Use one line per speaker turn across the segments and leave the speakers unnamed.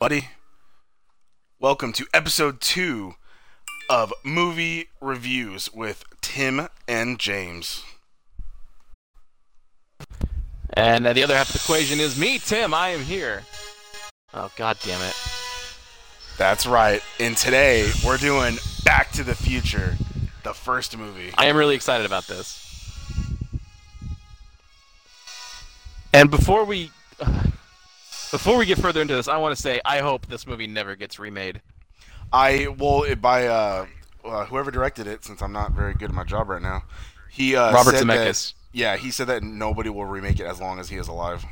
buddy. Welcome to episode two of Movie Reviews with Tim and James.
And uh, the other half of the equation is me, Tim. I am here. Oh god damn it!
That's right. And today we're doing Back to the Future, the first movie.
I am really excited about this. And before we, before we get further into this, I want to say I hope this movie never gets remade.
I well it- by uh, uh, whoever directed it, since I'm not very good at my job right now. He uh,
Robert
said that-
Zemeckis.
yeah, he said that nobody will remake it as long as he is alive.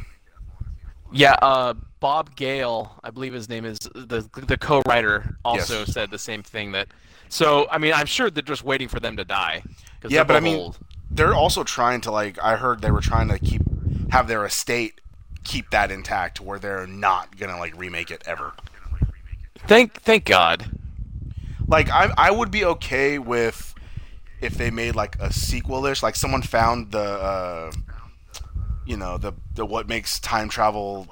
Yeah, uh, Bob Gale, I believe his name is the the co-writer, also
Yes.
said the same thing. That so, I mean, I'm sure they're just waiting for them to die. 'cause
Yeah,
they're
but I
both
mean,
old.
they're also trying to like. I heard they were trying to keep have their estate keep that intact, where they're not gonna like remake it ever.
thank thank God.
Like I, I would be okay with if they made like a sequelish, like someone found the, uh, you know, the the what makes time travel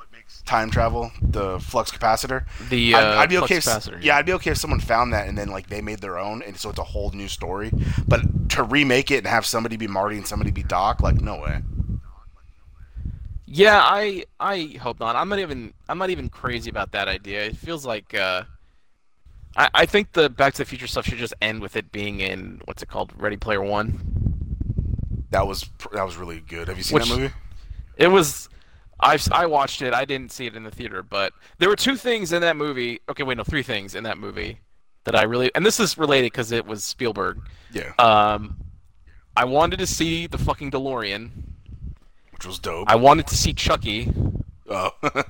time travel the flux capacitor.
The
I'd,
uh,
I'd be
flux
okay. If, s-
capacitor,
yeah, I'd be okay if someone found that and then like they made their own, and so it's a whole new story. But to remake it and have somebody be Marty and somebody be Doc, like no way.
Yeah, I I hope not. I'm not even I'm not even crazy about that idea. It feels like uh, I I think the Back to the Future stuff should just end with it being in what's it called Ready Player One.
That was pr- that was really good. Have you seen
Which-
that movie?
It was I I watched it. I didn't see it in the theater, but there were two things in that movie. Okay, wait, no, three things in that movie that I really and this is related because it was Spielberg.
Yeah,
Um, I wanted to see the fucking DeLorean.
which was dope.
I wanted to see Chucky,
oh.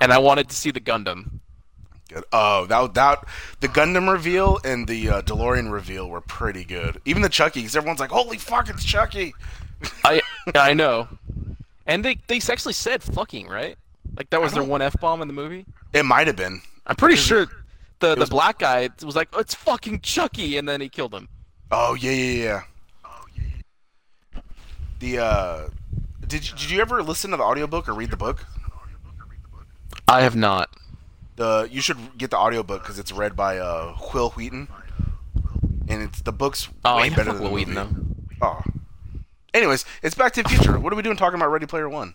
and I wanted to see the Gundam.
Good. Oh, that that the Gundam reveal and the uh, DeLorean reveal were pretty good. Even the Chucky, because everyone's like, "Holy fuck, it's Chucky!"
I I know. And they they actually said fucking, right? Like that was their
don't-
one F bomb in the movie?
It might have been.
I'm pretty sure the, the
was-
black guy was like, oh, it's fucking Chucky and then he killed him.
Oh yeah, yeah, yeah. The uh, did you- did you ever listen to the audiobook or read the book?
I have not.
The you should get the audiobook because it's read by uh Quill Wheaton, and it's the book's
Oh,
way
I
better
better
than
Will
the
Wheaton
movie.
though.
Oh. Anyways, it's Back to the Future. What are we doing talking about Ready Player One?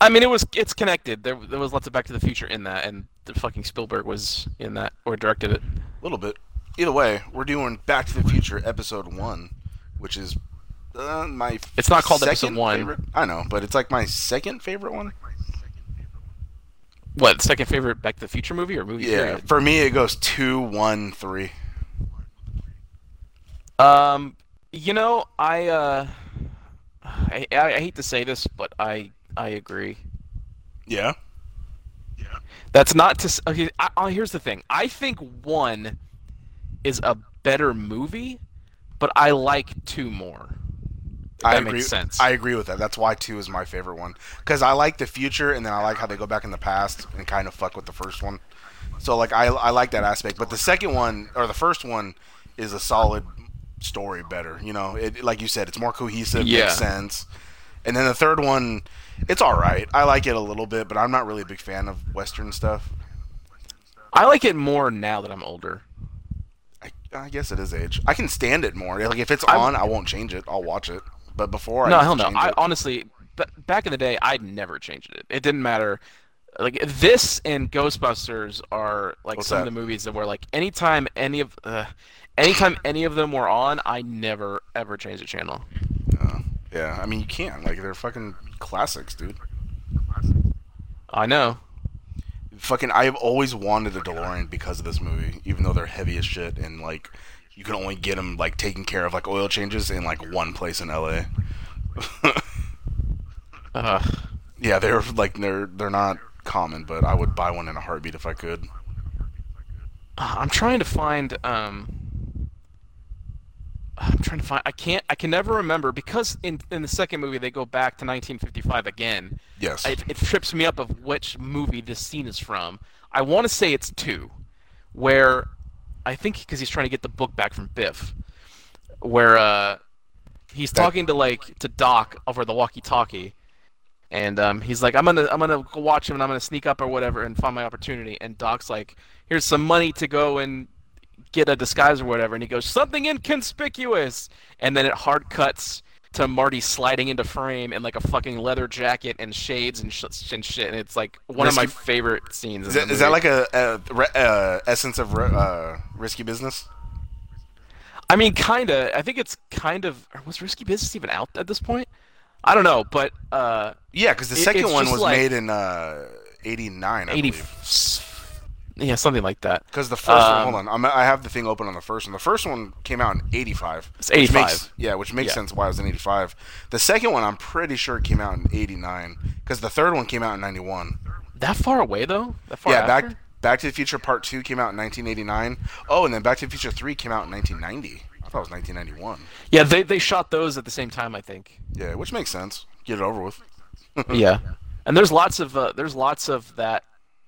I mean it was it's connected. There there was lots of Back to the Future in that and the fucking Spielberg was in that or directed it.
A little bit. Either way, we're doing Back to the Future Episode One, which is uh, my.
It's not called
second
Episode One.
Favorite. I know, but it's like my second favorite one.
What, second favorite Back to the Future movie or movie
Yeah,
period?
for me it goes two, one, three.
Um you know, I uh I, I, I hate to say this, but I I agree.
Yeah.
That's not to. s- Okay, I, I, here's the thing. I think one is a better movie, but I like two more. If
I
that
agree.
makes sense.
I agree with that. That's why two is my favorite one because I like the future and then I like how they go back in the past and kind of fuck with the first one. So like I I like that aspect, but the second one or the first one is a solid story better. You know, it like you said, it's more cohesive,
Yeah.
makes sense. And then the third one, it's all right. I like it a little bit, but I'm not really a big fan of western stuff.
I like it more now that I'm older.
I, I guess it is age. I can stand it more. Like if it's
I'm-
on, I won't change it. I'll watch it. But before,
no,
I
hell no.
change
I
it.
honestly, b- back in the day, I'd never changed it. It didn't matter. Like this and Ghostbusters are like
What's
some
that?
of the movies that were like anytime any of, uh, anytime any of them were on, I never ever changed the channel.
Uh, yeah, I mean you can like they're fucking classics, dude.
I know.
Fucking, I've always wanted a DeLorean because of this movie, even though they're heavy as shit and like you can only get them like taken care of like oil changes in like one place in LA.
Ugh.
yeah, they're like they're they're not common, but I would buy one in a heartbeat if I could.
Uh, I'm trying to find um uh, I'm trying to find I can't I can never remember because in in the second movie they go back to 1955 again.
Yes.
It, it trips me up of which movie this scene is from. I want to say it's 2 where I think because he's trying to get the book back from Biff where uh he's talking to like to Doc over the walkie-talkie and um, he's like, "I'm gonna, I'm gonna go watch him, and I'm gonna sneak up or whatever, and find my opportunity." And Doc's like, "Here's some money to go and get a disguise or whatever," and he goes, "Something inconspicuous," and then it hard cuts to Marty sliding into frame in like a fucking leather jacket and shades and, sh- and shit, and it's like one of my
Risky-
favorite scenes.
Is
in
that,
the
is that
movie.
like a, a, re- uh essence of ri- uh, risky business?
I mean, kinda. I think it's kind of. or Was Risky Business even out at this point? I don't know, but uh,
Yeah, because the
It-
second
it's
one
just
was
like-
made in uh, '89, I
eighty.
believe.
Yeah, something like that.
Because the first
Um,
one, hold on, I'm, I have the thing open on the first one. The first one came out in '85.
It's
which
85.
makes- yeah, which makes
Yeah.
sense why it was in '85. The second one, I'm pretty sure came out in '89 because the third one came out in '91.
That far away though. That far
Yeah,
after?
back Back to the Future Part Two came out in 1989. Oh, and then Back to the Future Three came out in 1990. I thought it was 1991.
Yeah, they they shot those at the same time, I think.
Yeah, which makes sense. Get it over with.
yeah, and there's lots of uh, there's lots of that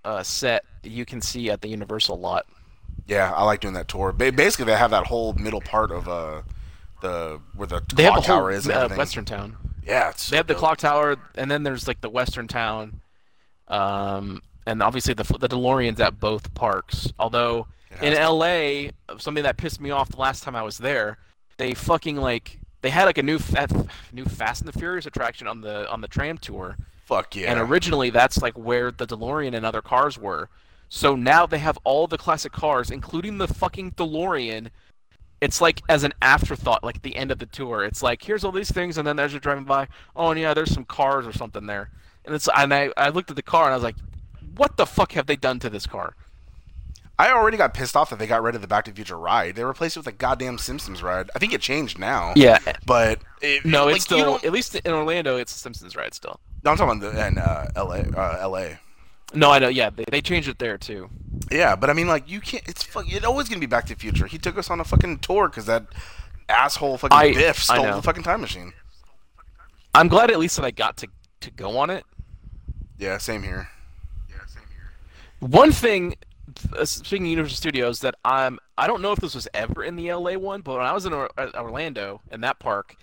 uh, set you can see at the Universal lot.
Yeah, I like doing that tour. Ba- basically, they have that whole middle part of uh, the where the
They
clock
have a
tower
whole
is and
uh,
everything.
Western Town.
Yeah, it's
They have the clock tower, and then there's like the Western Town, um, and obviously the the DeLoreans at both parks. Although
It
in
has
L.A., something that pissed me off the last time I was there, they fucking like they had like a new fa- new Fast and the Furious attraction on the on the tram tour,
Fuck yeah.
and originally that's like where the DeLorean and other cars were. So now they have all the classic cars, including the fucking DeLorean. It's like as an afterthought, like at the end of the tour. It's like here's all these things, and then as you're driving by, oh and yeah, there's some cars or something there. And it's and I, I looked at the car and I was like, what the fuck have they done to this car?
I already got pissed off that they got rid of the Back to the Future ride. They replaced it with a goddamn Simpsons ride. I think it changed now.
Yeah.
But it,
No,
like,
it's
you
still
don't-
at least in Orlando, it's a Simpsons ride still.
No, I'm talking about the, in uh, LA, uh, LA.
No, I know. Yeah, they, they changed it there too.
Yeah, but I mean, like, you can't. It's fuck. It's always gonna be Back to the Future. He took us on a fucking tour because that asshole fucking
I-
Biff
I
stole
know.
the fucking time machine.
I'm glad at least that I got to to go on it.
Yeah, same here.
One thing, uh, speaking of Universal Studios, that I'm I don't know if this was ever in the LA one, but when I was in or- uh, Orlando in that park,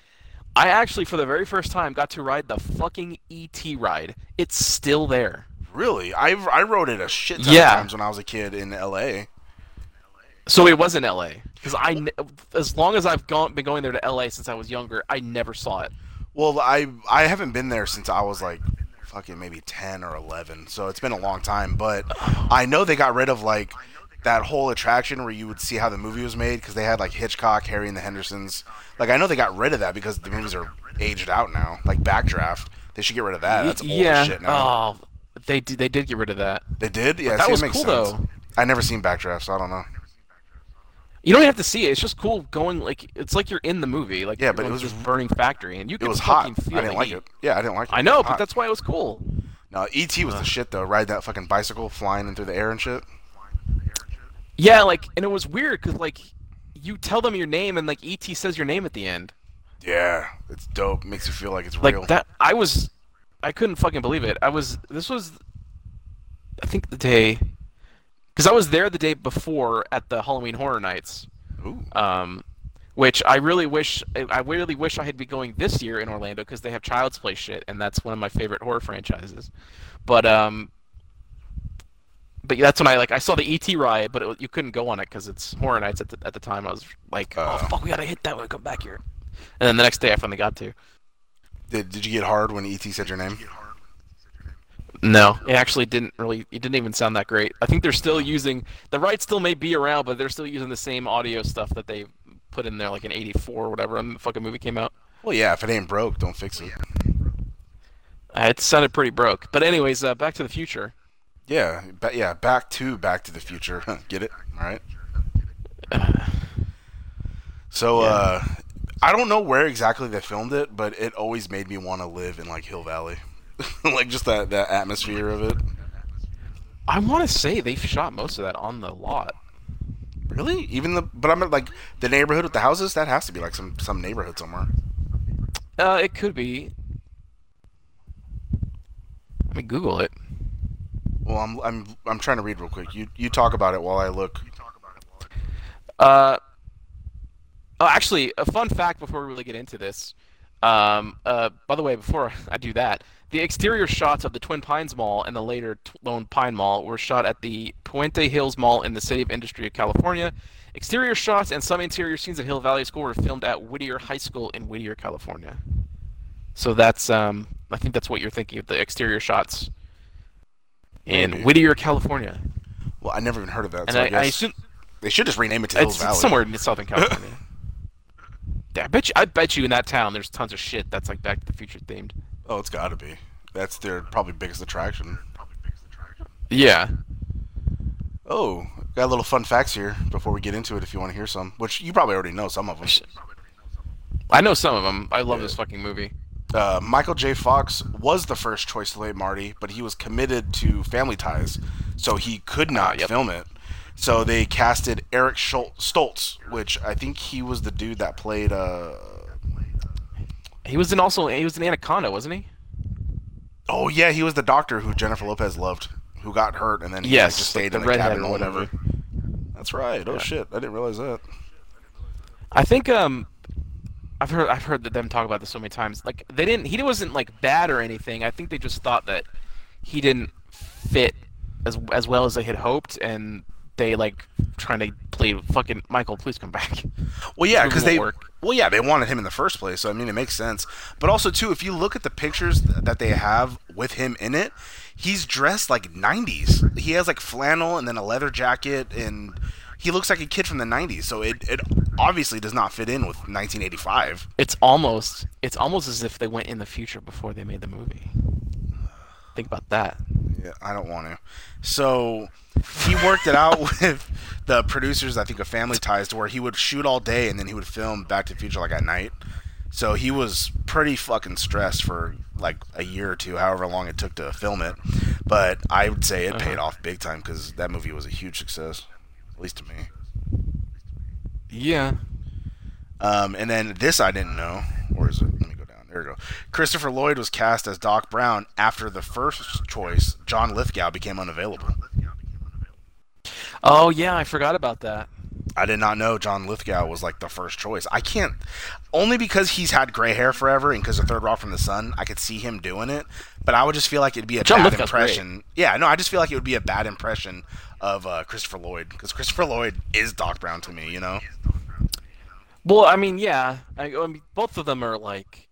I actually for the very first time got to ride the fucking ET ride. It's still there.
Really, I I rode it a shit ton
Yeah.
of times when I was a kid in LA.
So it was in LA because I, ne- as long as I've gone been going there to LA since I was younger, I never saw it.
Well, I I haven't been there since I was like fucking maybe 10 or 11. So it's been a long time, but I know they got rid of like that whole attraction where you would see how the movie was made cuz they had like Hitchcock, Harry and the Hendersons. Like I know they got rid of that because the movies are aged out now, like Backdraft. They should get rid of that. Ah, That's old as
yeah.
shit now.
Oh, they did, they did get rid of that.
They did? Yeah,
that
see,
was
it makes
cool,
sense.
though.
I never seen Backdraft, so I don't know.
You don't have to see it. It's just cool going like it's like you're in the movie. Like
Yeah,
you're
but it
going
was-
to this burning factory, and you
It
can
was hot.
fucking
I
feel
didn't
the
like
heat.
it. Yeah, I didn't like it.
I know, but
Hot.
that's why it was cool.
No, E.T. was the shit though. Ride that fucking bicycle flying in through the air and shit.
Yeah, like, and it was weird because like, you tell them your name and like ET says your name at the end.
Yeah, it's dope. Makes you feel like it's
Like
real.
that, I was, I couldn't fucking believe it. I was, this was, I think the day, because I was there the day before at the Halloween Horror Nights,
Ooh.
um, which I really wish, I- I really wish I had been going this year in Orlando because they have Child's Play shit, and that's one of my favorite horror franchises. But um, but that's when I like I saw the ET ride, but it, you couldn't go on it because it's Horror Nights at the at the time. I was like,
Uh.
oh fuck, we gotta hit that when we come back here. And then the next day, I finally got to.
Did, did you get hard when ET said your name?
No, it actually didn't really. It didn't even sound that great. I think they're still using the ride still may be around, but they're still using the same audio stuff that they put in there like in '84 or whatever when the fucking movie came out.
Well, yeah. If it ain't broke, don't fix it.
Uh, it sounded pretty broke. But anyways, uh, Back to the Future.
Yeah, ba- yeah. Back to Back to the Future. get it? All right. So, uh, I don't know where exactly they filmed it, but it always made me want to live in like Hill Valley, like just that that atmosphere of it.
I want to say they've shot most of that on the lot.
Really? Even the but I'm like the neighborhood with the houses. That has to be like some some neighborhood somewhere.
Uh, it could be. Let me Google it.
Well, I'm I'm I'm trying to read real quick. You you talk about it while I look.
Uh, oh, actually, a fun fact before we really get into this. Um, uh, by the way, before I do that, The exterior shots of the Twin Pines Mall and the later T- Lone Pine Mall were shot at the Puente Hills Mall in the City of Industry of California. Exterior shots and some interior scenes at Hill Valley School were filmed at Whittier High School in Whittier, California. So that's um, I think that's what you're thinking of the exterior shots in
Maybe.
Whittier, California.
Well, I never even heard of that.
And
so I,
I, I,
guess
assume
they should just rename it to Hills
it's,
Valley.
it's somewhere in Southern California. Yeah, I bet you. I bet you in that town, there's tons of shit that's like Back to the Future themed.
Oh, it's got to be. That's their probably biggest attraction. Probably biggest attraction.
Yeah.
Oh, got a little fun facts here before we get into it. If you want to hear some, which you probably already know some of them.
I know some of them. I love
Yeah.
this fucking movie.
Uh, Michael J. Fox was the first choice to play Marty, but he was committed to Family Ties, so he could not
Ah, yep.
film it. So they casted Eric Schol- Stoltz, which I think he was the dude that played. Uh...
He was in also he was in Anaconda, wasn't he?
Oh yeah, he was the doctor who Jennifer Lopez loved, who got hurt and then he like,
Yes,
just stayed
the
in a
redhead
cabin
or
or whatever.
whatever.
That's right. Oh
Yeah.
shit, I didn't realize that.
I think um, I've heard I've heard that them talk about this so many times. Like they didn't he wasn't like bad or anything. I think they just thought that he didn't fit as as well as they had hoped, and they like trying to play fucking Michael. Please come back.
Well, yeah,
Prove
because
it won't
they
work.
well, yeah, they wanted him in the first place, so I mean, it makes sense. But also, too, if you look at the pictures th- that they have with him in it, he's dressed like '90s. He has like flannel and then a leather jacket, and he looks like a kid from the '90s. So it it obviously does not fit in with 1985.
It's almost it's almost as if they went in the future before they made the movie. Think about that.
Yeah, I don't want to. So he worked it out with the producers, I think, of Family Ties, to where he would shoot all day and then he would film Back to the Future like at night. So he was pretty fucking stressed for like a year or two, however long it took to film it. But I would say it paid off big time because that movie was a huge success, at least to me.
Yeah.
Um, and then this I didn't know. Where is it? Let me go down. There we go. Christopher Lloyd was cast as Doc Brown after the first choice, John Lithgow, became unavailable.
Oh yeah, I forgot about that.
I did not know John Lithgow was like the first choice. I can't only because he's had gray hair forever and because of Third Rock from the Sun, I could see him doing it. But I would just feel like it'd be a
John
bad
Lithgow's
impression. Yeah, no, I just feel like it would be a bad impression of uh, Christopher Lloyd because Christopher Lloyd is Doc Brown to me, you know.
Well, I mean, yeah, I, I mean, both of them are like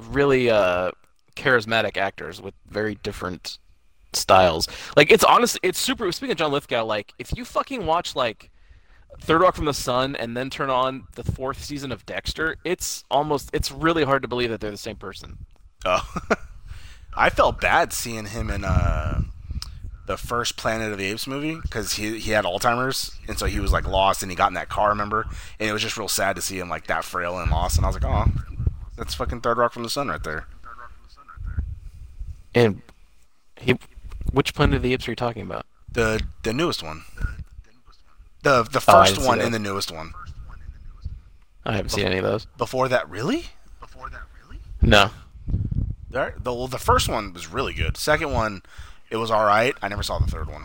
really uh, charismatic actors with very different styles. Like, it's honestly, it's super. Speaking of John Lithgow, like, if you fucking watch like Third Rock from the Sun and then turn on the fourth season of Dexter, it's almost, it's really hard to believe that they're the same person.
Oh. I felt bad seeing him in uh, the first Planet of the Apes movie because he he had Alzheimer's and so he was like lost and he got in that car, remember? And it was just real sad to see him like that frail and lost. And I was like, oh, that's fucking Third Rock from the Sun right there.
And he, which Planet of the Apes are you talking about?
The the newest one. The the
Oh, I
first
didn't see
one
that.
and the newest one.
I haven't seen any of those.
Before that, really?
No.
The, the, well, the first one was really good. Second one, it was all right. I never saw the third one.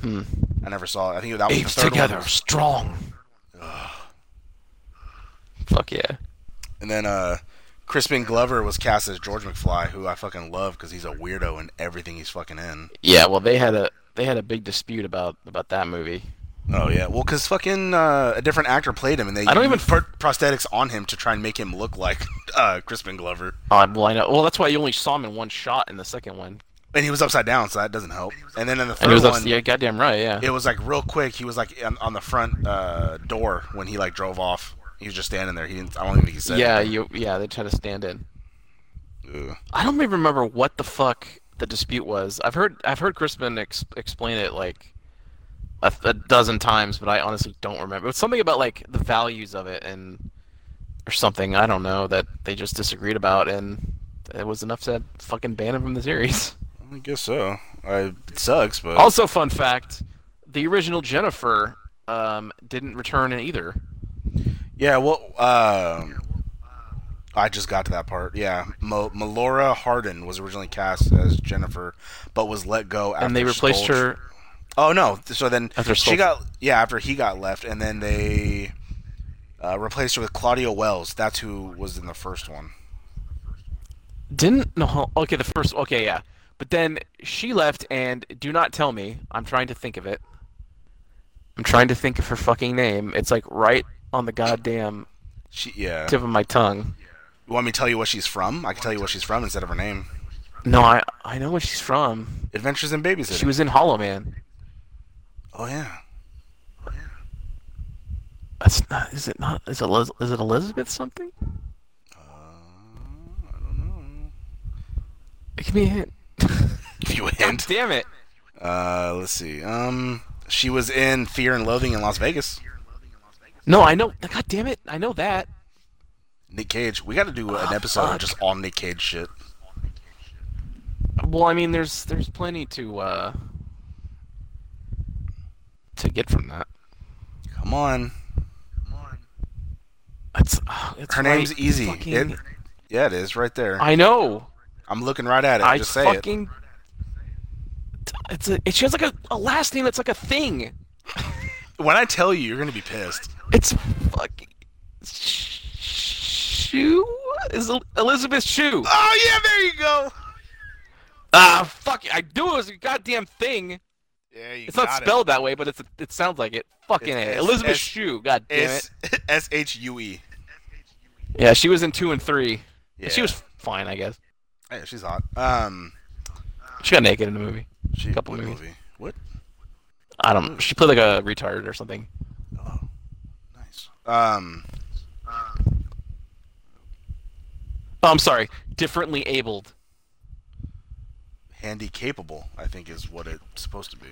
Hmm.
I never saw it. I think that was the third one.
strong. Fuck yeah.
And then uh, Crispin Glover was cast as George McFly, who I fucking love because he's a weirdo in everything he's fucking in.
Yeah, well, they had a they had a big dispute about about that movie.
Oh yeah, well, because fucking uh, a different actor played him, and they
I don't even-
used pr- prosthetics on him to try and make him look like uh, Crispin Glover,
Oh, well, I know. Well, that's why you only saw him in one shot in the second one.
and he was upside down, so that doesn't help. And then in the
And
third
it was
one,
up, yeah, goddamn right, yeah.
it was like real quick. He was like on, on the front uh, door when he like drove off. He was just standing there. He didn't. I don't even think he said.
yeah, you yeah, they tried to stand in.
Ugh.
I don't even remember what the fuck the dispute was. I've heard I've heard Crispin ex- explain it like a, a dozen times, but I honestly don't remember. It was something about like the values of it and or something. I don't know that they just disagreed about, and it was enough to fucking ban him from the series.
I guess so. I, it sucks, but
Also, fun fact: the original Jennifer um, didn't return in either.
Yeah, well, um, I just got to that part. Yeah, Mo- Melora Hardin was originally cast as Jennifer, but was let go after.
and they replaced
Stoltz-
her.
Oh no! So then
After
she
Stoltz.
got yeah after he got left, and then they uh, replaced her with Claudia Wells. That's who was in the first one.
Didn't no. Okay, the first. Okay, yeah. But then she left, and do not tell me. I'm trying to think of it. I'm trying to think of her fucking name. It's like right on the goddamn
She yeah.
tip of my tongue.
You want me to tell you what she's from? I can tell you what she's from instead of her name.
No, I I know where she's from.
Adventures in
She
Babysitting.
was in Hollow Man.
oh yeah.
That's not. Is it not? Is it Eliz- is it Elizabeth something?
Uh, I don't know.
Give me a hint.
Give you a
God
hint.
damn it.
Uh, let's see. Um, she was in Fear and Loathing in Las Vegas.
No, I know. God damn it. I know that.
Nick Cage. We got to do an
Ah,
episode of
fuck.
just all Nick Cage shit.
Well, I mean, there's there's plenty to uh to get from that.
Come on.
It's, oh, it's
Her
right
name's easy.
fucking-
It- yeah, it is right there. I,
I know.
am looking right at it.
I
just say it.
fucking. It's a, it, she has like a, a last name that's like a thing.
When I tell you, you're gonna be pissed.
It's fucking. Shoe is El- Elizabeth Shoe.
Oh yeah, there you go.
Ah, fuck! it, I do it was a goddamn thing.
Yeah, you
It's not spelled that way, but it's it sounds like it. Fucking
It's
A.
S-
Elizabeth
S-
Shue. God damn it.
It's S H U E.
Yeah, she was in two and three.
Yeah.
She was fine, I guess.
Yeah, she's hot. Um,
She got naked in the movie.
she,
Couple
what
movies.
movie? What?
I don't know. She played like a retard or something.
Oh, nice. Um,
Oh, I'm sorry. Differently abled.
handy capable, I think, is what it's supposed to be.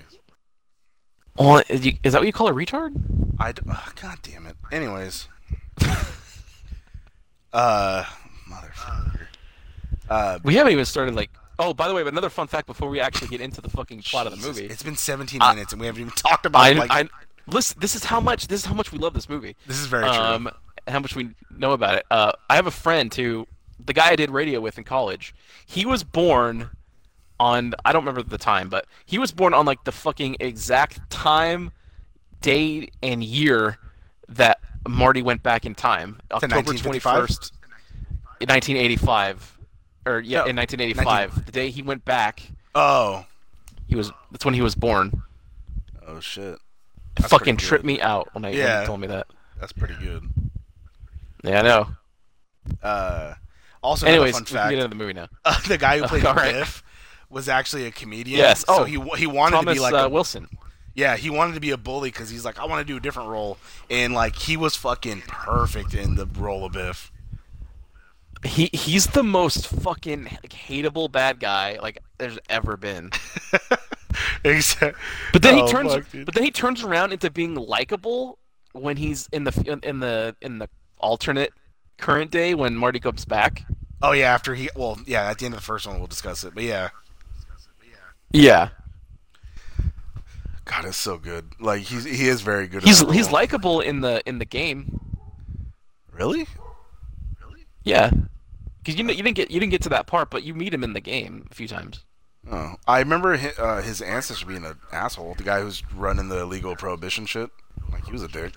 Oh, is, you, is that what you call a retard?
I d- ah, God damn it. Anyways. uh, motherfucker. Uh,
We haven't even started like. Oh, by the way, but another fun fact before we actually get into the fucking plot of the
Jesus,
movie.
It's been 17
I-
minutes and we haven't even talked about
I,
it. Like,
I listen. This is how much. This is how much we love this movie.
this is very
Um, how much we know about it. Uh, I have a friend who, the guy I did radio with in college, he was born on. I don't remember the time, but he was born on like the fucking exact time, day, and year that Marty went back in time. October
1955?
21st, 1985. Or yeah,
No,
in 1985, the day he went back,
true. Oh.
he was that's when he was born.
Oh, shit.
It
That's
fucking
pretty
tripped me out when, I, when
Yeah.
he told me that.
That's pretty good.
Yeah, I know.
Uh, also, another
Anyways,
fun
we can get
fact
into the movie now.
uh, the guy who played
All right.
Biff was actually a comedian.
Yes,
So
oh,
he, wa- he wanted to
Thomas
be like
uh,
a
Wilson.
Yeah, he wanted to be a bully because he's like, I want to do a different role, and like he was fucking perfect in the role of Biff.
He he's the most fucking like, hateable bad guy like there's ever been.
Except,
But then
Oh,
he turns
fuck, dude.
but then he turns around into being likable when he's in the in the in the alternate current day when Marty comes back.
oh yeah, after he, well, yeah, at the end of the first one, we'll discuss it. But yeah,
Yeah.
God, it's so good. Like he's he is very good. at
He's
that
he's
role.
likable in the in the game.
really.
Yeah. Cuz you know, you didn't get you didn't get to that part but you meet him in the game a few times.
Oh, I remember his, uh, his ancestor being an asshole. The guy who's running the illegal prohibition shit. Like he was a dick.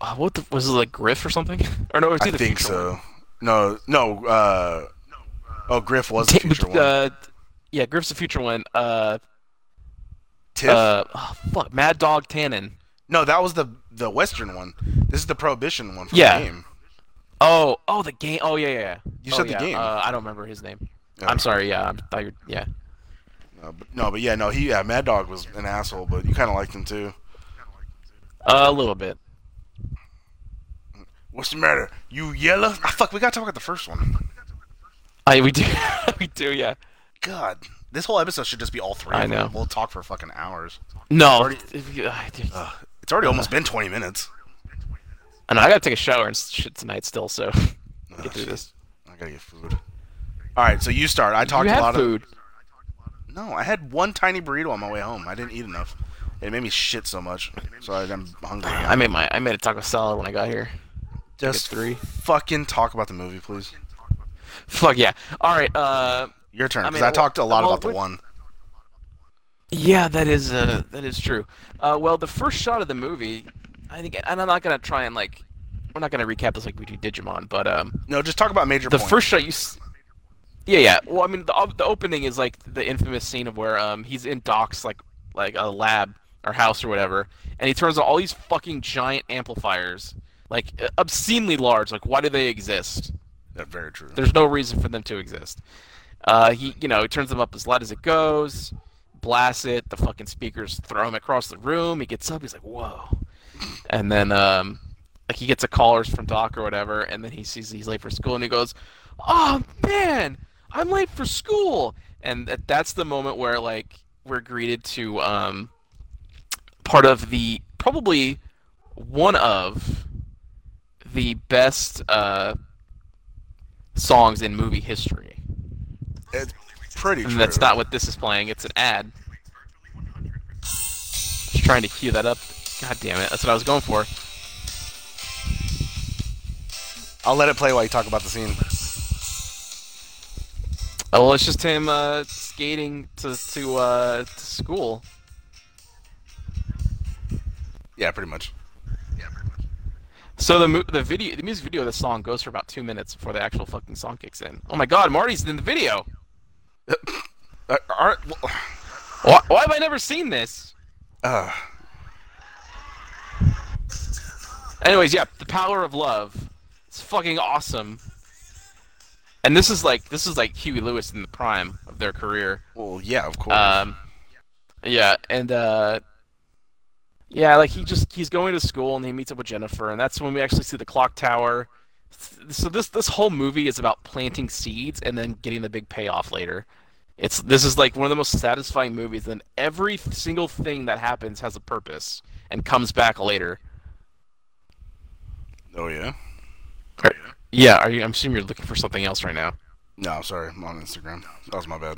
Uh, What the, was it like Griff or something? Or no, it was
I
either
think
Future
so.
One.
No, no. Uh, oh, Griff was the
Ta-
future one.
uh, yeah, Griff's the future one. Uh
Tiff.
Uh, oh, fuck, Mad Dog Tannen.
no, that was the the Western one. This is the prohibition one from
Yeah.
the game.
Oh, oh, the game. Oh, yeah, yeah. yeah.
You
oh,
said the
yeah.
game. Oh,
Uh, I don't remember his name.
Yeah.
I'm sorry. Yeah, I thought you. Yeah,
No, Uh, but, no, but yeah, no, he yeah, Mad Dog was an asshole, but you kind of liked him too.
uh, a little bit.
What's the matter? You yellow? Ah, fuck, we gotta talk about the first one.
I we do we do yeah.
God, this whole episode should just be all three.
I
of them.
know.
We'll talk for fucking hours.
No,
Already-
if you- ah, dude.
Ugh, it's already almost been 20 minutes.
I know I gotta take a shower and shit tonight still. So
Ugh,
get through
shit.
this.
I gotta get food. All right, so you start. I talked
You
a
had
lot
food.
of. No, I had one tiny burrito on my way home. I didn't eat enough. It made me shit so much, so I, I'm hungry. Again.
I made my I made a taco salad when I got here.
just
three.
Fucking talk about the movie, please.
Fuck yeah. All right. Uh,
Your turn,
I
because I,
mean, well-
talked a lot
well,
about the
which-
one.
Yeah, that is uh, that is true. Uh, well, the first shot of the movie, I think, and I'm not gonna try and like we're not gonna recap this like we do Digimon, but um,
No, just talk about major
the
points.
first shot you. S- yeah, yeah. Well, I mean, the op- the opening is like the infamous scene of where um he's in Doc's like like a lab or house or whatever, and he turns on all these fucking giant amplifiers, like uh, obscenely large. Like, why do they exist?
That's very true.
There's no reason for them to exist. Uh, he, you know, he turns them up as loud as it goes, blasts it. The fucking speakers throw him across the room. He gets up. He's like, "Whoa!" And then, um, like, he gets a call from Doc or whatever, and then he sees he's late for school, and he goes, "Oh man, I'm late for school!" And that, that's the moment where, like, we're greeted to um, part of the probably one of the best uh, songs in movie history.
It's pretty true.
And that's not what this is playing. It's an ad. Just trying to cue that up. God damn it! That's what I was going for.
I'll let it play while you talk about the scene.
Oh, well, it's just him uh, skating to to, uh, to school.
Yeah, pretty much.
So the mu- the video, the music video of the song goes for about two minutes before the actual fucking song kicks in. Oh my god, Marty's in the video.
Uh, all right, well,
Why, why have I never seen this?
uh,
Anyways, yeah, the power of love. It's fucking awesome. And this is like this is like Huey Lewis in the prime of their career.
well, yeah, of course.
Um, yeah, and uh, yeah, like he just he's going to school and he meets up with Jennifer, and that's when we actually see the clock tower. So this this whole movie is about planting seeds and then getting the big payoff later. It's this is like one of the most satisfying movies. And every single thing that happens has a purpose and comes back later.
oh yeah.
Yeah, are you? I'm assuming you're looking for something else right now.
No, I'm sorry, I'm on Instagram. That was my bad.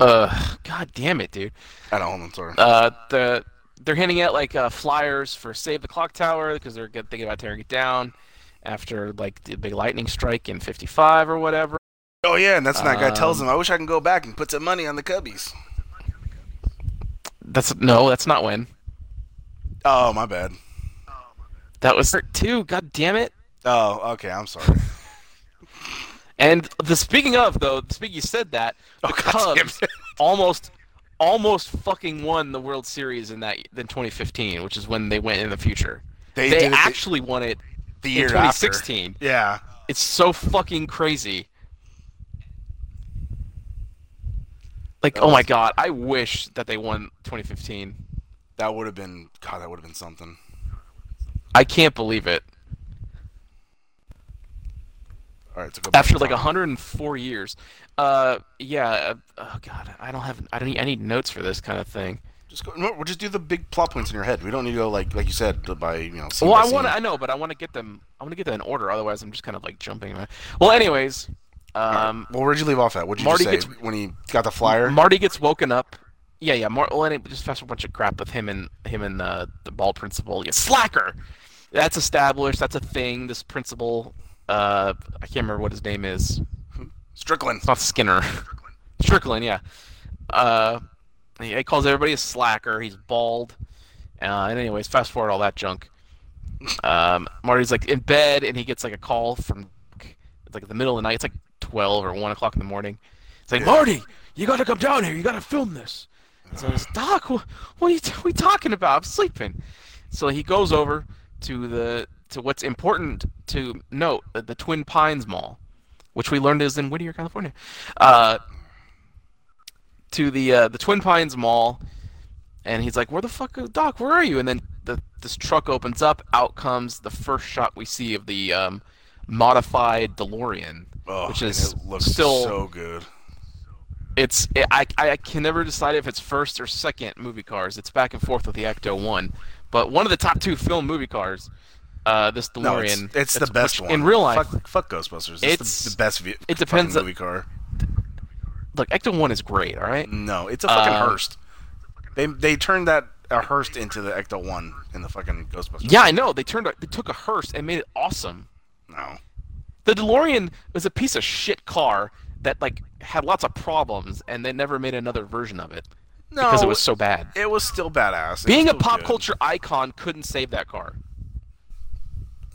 Uh, god damn it, dude.
I don't. Hold on, sorry.
Uh, the they're handing out like uh, flyers for save the clock tower because they're good- thinking about tearing it down after like the big lightning strike in 55 or whatever.
oh yeah, and that's when that guy tells
um,
him, "I wish I can go back and put some money on the Cubbies."
That's no, that's not when.
Oh, my bad.
That was part two. God damn it!
Oh, okay, I'm sorry.
And the speaking of though, speaking you said that the
Oh, God damn
Cubs almost almost fucking won the World Series in that in 2015, which is when they went in the future.
They
they
did it the-
actually won it
The
in
year after.
2016.
Yeah.
It's so fucking crazy. Like, oh my god, I wish that they won 2015.
That would have been God. That would have been something.
I can't believe it.
All right, so go back
After
to
like
talking.
104 years. Uh, yeah. uh, Oh god, I don't have. I don't. Need, I need notes for this kind of thing.
just go. No, we'll just do the big plot points in your head. We don't need to go like like you said by you know. scene
Well,
by
I want.
scene.
I know, but I want to get them. I want to get them in order. Otherwise, I'm just kind of like jumping. around. Well, anyways, um,
Well, where'd you leave off at? What'd you
Marty
just say
gets-
when he got the flyer?
Marty gets woken up. Yeah, yeah. Mar- well, and it just fast a bunch of crap with him and him and uh, the ball principal. Yeah, slacker. That's established. That's a thing. This principal. Uh, I can't remember what his name is.
Strickland.
It's not Skinner. Strickland. Yeah. Uh, he he calls everybody a slacker. He's bald. Uh, and anyways, fast forward all that junk. Um, Marty's like in bed, and he gets like a call from it's like in the middle of the night. It's like twelve or one o'clock in the morning. It's like
Yeah.
Marty, you gotta come down here. You gotta film this. And so he's Doc, wh- what are you t- we talking about? I'm sleeping. So he goes over to the to what's important to note uh, the, the Twin Pines Mall, which we learned is in Whittier, California. Uh, to the uh, the Twin Pines Mall, and he's like, "Where the fuck, Doc? Where are you?" And then the, this truck opens up. Out comes the first shot we see of the um, modified DeLorean,
Oh,
which
and
is
it looks
still
so good.
it's I, I I can never decide if it's first or second movie cars. It's back and forth with the Ecto One, but one of the top two film movie cars. Uh, this DeLorean.
No, it's, it's the
that's-
best
which
one.
In real life,
fuck, fuck Ghostbusters. It's,
It's-
the, the best. vi-
it depends
fucking
on-
movie car.
look, Ecto One is great. All right.
No, it's a fucking
Uh,
Hearst. They they turned that a Hearst into the Ecto One in the fucking Ghostbusters.
Yeah, I know. They turned a, they took a hearse and made it awesome.
No.
The DeLorean was a piece of shit car that like had lots of problems, and they never made another version of it
No.
because it was so bad.
it was still badass. It was
Being a
still
pop
good.
culture icon couldn't save that car.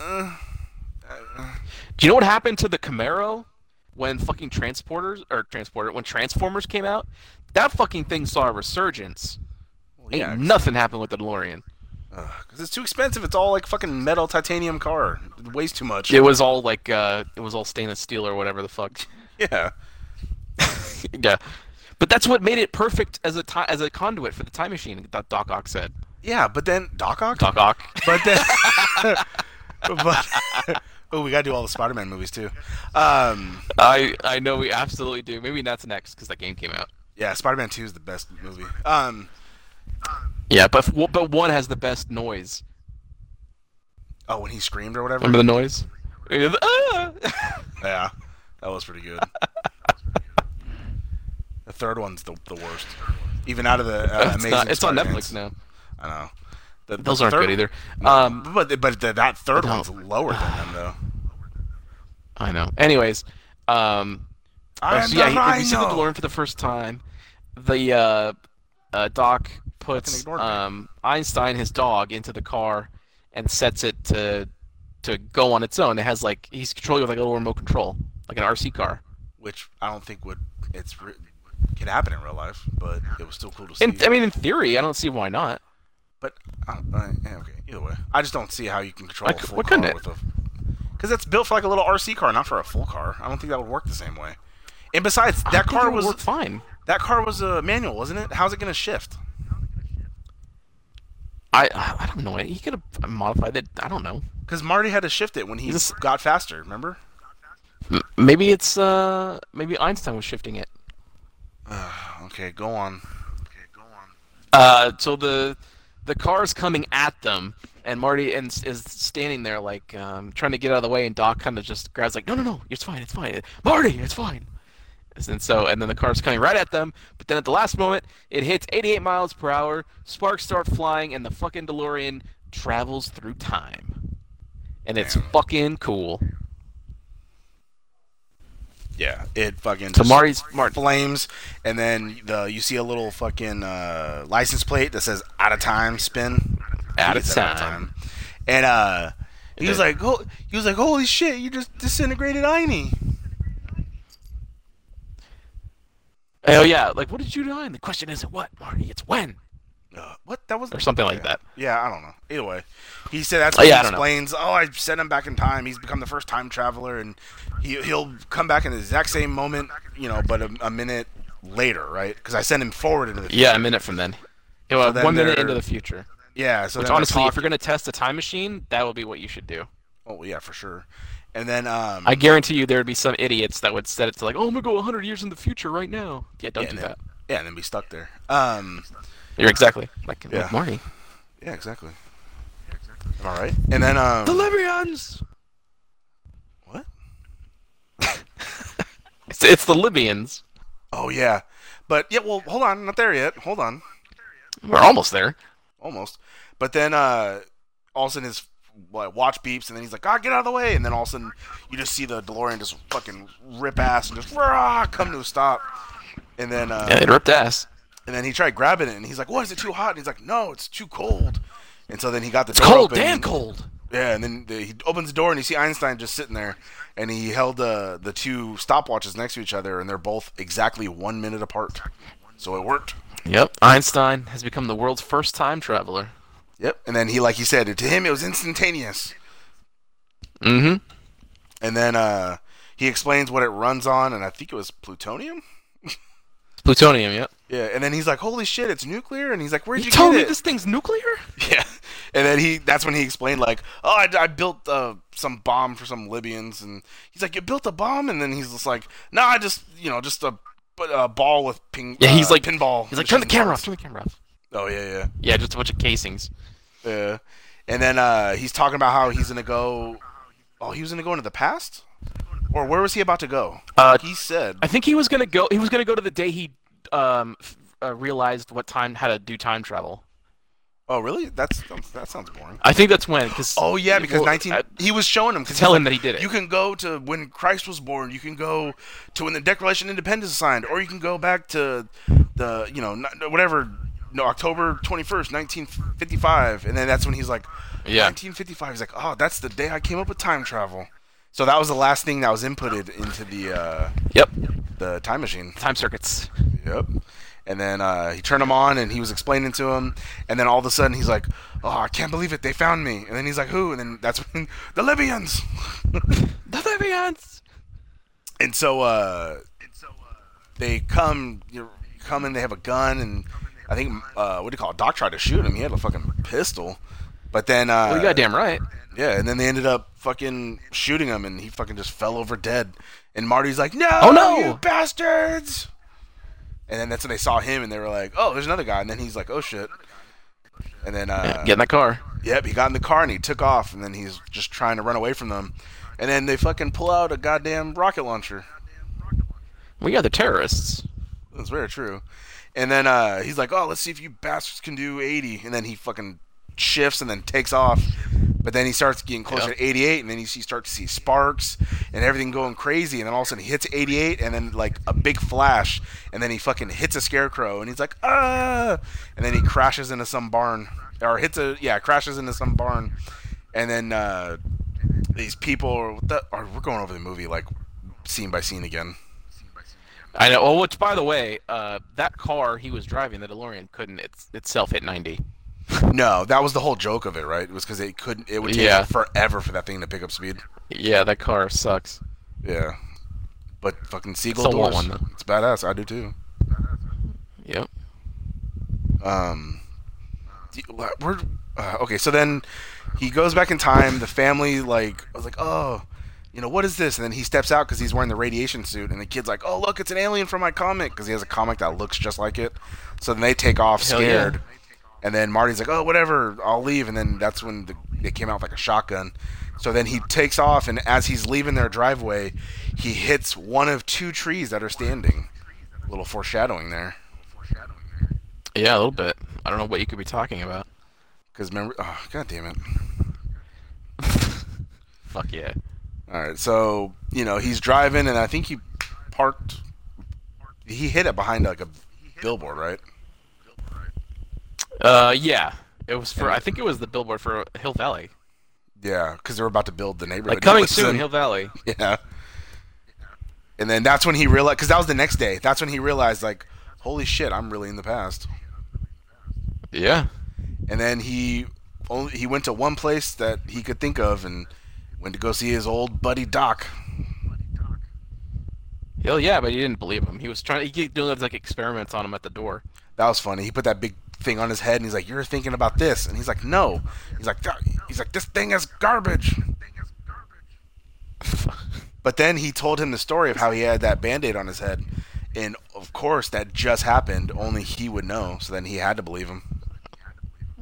Uh, uh,
Do you know what happened to the Camaro when fucking transporters or transporter when Transformers came out? That fucking thing saw a resurgence.
well,
Ain't
yeah,
nothing happened with the DeLorean.
because it's too expensive. It's all like fucking metal titanium car. It weighs too much.
It was all like uh, it was all stainless steel or whatever the fuck.
Yeah.
yeah, but that's what made it perfect as a ti- as a conduit for the time machine. That Doc Ock said.
Yeah, but then Doc Ock.
Doc Ock.
But then, but oh, we gotta do all the Spider-Man movies too. Um,
I I know we absolutely do. Maybe that's next because that game came out.
yeah, Spider-Man Two is the best movie. Um,
Yeah, but f- but one has the best noise.
oh, when he screamed or whatever.
Remember the noise? Ah!
Yeah, that was pretty good. the third one's the, the worst. Even out of the uh,
it's
amazing,
not, it's on Netflix
Spider-Mans.
now.
I know. The- the
Those aren't
third-
good either. Um,
But but the, that third
No.
one's lower than them though.
I know. Anyways, um,
I
so yeah, he- we see the DeLorean for the first time. The uh, uh, doc puts
ignored me.
um, Einstein, his dog, into the car and sets it to to go on its own. It has like he's controlling it with like a little remote control, like an RC car.
which I don't think would it's re- could happen in real life, but it was still cool to see.
In, I mean, in theory, I don't see why not.
but I don't, I, yeah, okay, either way, I just don't see how you can control
Why
a
cou-
full
why
car
couldn't it?
with a because that's built for like a little RC car, not for a full car. I don't think that would work the same way. And besides,
I
that
think it
car
would
was
work fine.
That car was a manual, wasn't it? How's it going to shift?
I I don't know. He could have modified it. I don't know.
Because Marty had to shift it when he
This-
got faster. Remember?
Maybe it's uh maybe Einstein was shifting it.
Okay, go on. Okay, go on.
Uh, so the the car's coming at them, and Marty and is standing there like um, trying to get out of the way, and Doc kind of just grabs like, no, no, no, it's fine, it's fine, Marty, it's fine. And so, and then the car's coming right at them, but then at the last moment, it hits 88 miles per hour. Sparks start flying, and the fucking DeLorean travels through time, and it's
Damn.
fucking cool.
Yeah, it fucking
So
just
Marty's Martin.
flames, and then the you see a little fucking uh, license plate that says "out of time" spin.
Out
He
of
said
time.
And uh, he
It
was
did.
like, "Ho- he was like, holy shit, you just disintegrated Einie.
Oh yeah, like what did you do? And the question isn't what, Marty, it's when,
Uh, what? That was
or something like that.
Yeah, I don't know. Either way, he said that's
Oh,
what
yeah, I
he
don't know.
explains. Oh, I sent him back in time. He's become the first time traveler, and he he'll come back in the exact same moment, you know, but a, a minute later, right? Because I sent him forward into the
Yeah, a minute from then. Yeah, well,
then
one minute
they're-
into the future.
yeah. So then
Which
they're
honestly, if
talking-
you're gonna test a time machine, that would be what you should do.
oh yeah, for sure. And then um,
I guarantee you, there would be some idiots that would set it to like, oh, I'm gonna go 100 years in the future right now. Yeah, don't
yeah,
do
and then,
that.
yeah, and then be stuck there. Um,
You're exactly like,
Yeah.
like Marty.
yeah, exactly. Am I right? And then um,
Libyans.
what?
It's, it's the Libyans.
Oh yeah, but yeah. Well, hold on, not there yet. Hold on.
We're almost there.
almost. But then uh, all of a sudden his like, watch beeps, and then he's like, "God, get out of the way!" And then all of a sudden you just see the DeLorean just fucking rip ass and just rah, come to a stop. And then uh,
Yeah, they ripped ass.
and then he tried grabbing it, and he's like, "What is it too hot?" And he's like, "No, it's too cold." And so then he got the door
Cold,
open.
damn cold.
Yeah, and then the, he opens the door and you see Einstein just sitting there, and he held uh, the two stopwatches next to each other, and they're both exactly one minute apart. So it worked.
Yep. Einstein has become the world's first time traveler.
Yep. And then he, like he said, to him it was instantaneous.
Mm-hmm.
And then uh, he explains what it runs on, and I think it was plutonium.
Plutonium. Yep.
Yeah, and then he's like, "Holy shit, it's nuclear!" And he's like, "Where'd
You,
you,
told
get
me
it?"
this thing's nuclear?
Yeah, and then he—that's when he explained, like, "Oh, I, I built uh, some bomb for some Libyans," and he's like, "You built a bomb?" And then he's just like, "No, I just, you know, just a, a ball with ping."
Yeah, he's
uh,
like-
pinball.
He's like, turn the
machine
camera
parts."
off. Turn the camera off.
Oh yeah, yeah.
Yeah, just a bunch of casings.
Yeah. And then uh, he's talking about how he's gonna go. Oh, he was gonna go into the past, or where was he about to go?
Uh,
he said,
I think he was gonna go. He was gonna go to the day he um, f- uh, realized what time how to do time travel.
"Oh, really? That's that sounds boring."
I think that's when. Cause uh,
Oh yeah, because
well,
nineteen.
I-
he was showing him. Cause
tell
he's
him that he did it.
You can go to when Christ was born. You can go to when the Declaration of Independence was signed, or you can go back to the you know n- whatever no October twenty first, nineteen fifty five, and then that's when he's like,
Yeah.
nineteen fifty five. He's like, oh, that's the day I came up with time travel. So that was the last thing that was inputted into the uh,
Yep.
the time machine.
Time circuits.
Yep. And then uh, he turned him on, and he was explaining to him. And then all of a sudden, he's like, "Oh, I can't believe it! They found me!" And then he's like, "Who?" And then that's when the Libyans.
The Libyans.
and so, uh, they come, you know, come and they have a gun, and I think uh, what do you call it? Doc tried to shoot him. He had a fucking pistol, but then uh,
Well, you goddamn right.
yeah, and then they ended up fucking shooting him, and he fucking just fell over dead. And Marty's like, "No,
Oh, no!"
you bastards!" And then that's when they saw him, and they were like, "Oh, there's another guy." And then he's like, "Oh shit!" And then, uh,
Get in that car.
yep, he got in the car and he took off, and then he's just trying to run away from them. And then they fucking pull out a goddamn rocket launcher.
We are the terrorists.
That's very true. And then uh, he's like, "Oh, let's see if you bastards can do 80." And then he fucking shifts and then takes off. But then he starts getting closer
Yeah.
to 88, and then you see start to see sparks and everything going crazy. And then all of a sudden he hits 88, and then like a big flash, and then he fucking hits a scarecrow, and he's like, "Ah!" And then he crashes into some barn, or hits a yeah, crashes into some barn, and then uh, these people are, what the, are we're going over the movie like scene by scene again.
I know. Oh, which by the way, uh, that car he was driving, the DeLorean, couldn't it's, itself hit 90.
No, that was the whole joke of it, right? It was because it couldn't. It would take
Yeah.
forever for that thing to pick up speed.
Yeah, that car sucks.
Yeah, but fucking Seagull
Still want
doors.
one, though.
it's badass. I do too.
Yep.
Um, do you- what- we're uh, okay. So then he goes back in time. The family like was like, oh, you know what is this? And then he steps out because he's wearing the radiation suit, and the kid's like, oh look, it's an alien from my comic because he has a comic that looks just like it. So then they take off
Hell yeah.
scared, and then Marty's like, oh whatever, I'll leave. And then that's when the, they came out with like a shotgun. So then he takes off, and as he's leaving their driveway, he hits one of two trees that are standing. little foreshadowing there.
Yeah, a little bit. I don't know what you could be talking about.
Because remember, oh, god damn it.
Fuck yeah.
All right, so you know he's driving, and I think he parked. He hit it behind like a billboard, right?
Uh, yeah. It was for. I think it was the billboard for Hill Valley.
Yeah, because they were about to build the neighborhood.
Like coming
Listen,
soon, Hill Valley.
Yeah. And then that's when he realized, because that was the next day. That's when he realized, like, holy shit, I'm really in the past.
Yeah.
And then he only he went to one place that he could think of, and went to go see his old buddy Doc.
Hell yeah, but he didn't believe him. He was trying. He kept doing those like experiments on him at the door.
That was funny. He put that big thing on his head, and he's like, "You're thinking about this," and he's like, "No." He's like, "Th- "He's like this thing is garbage." But then he told him the story of how he had that band-aid on his head. And of course that just happened, only he would know, so then he had to believe him.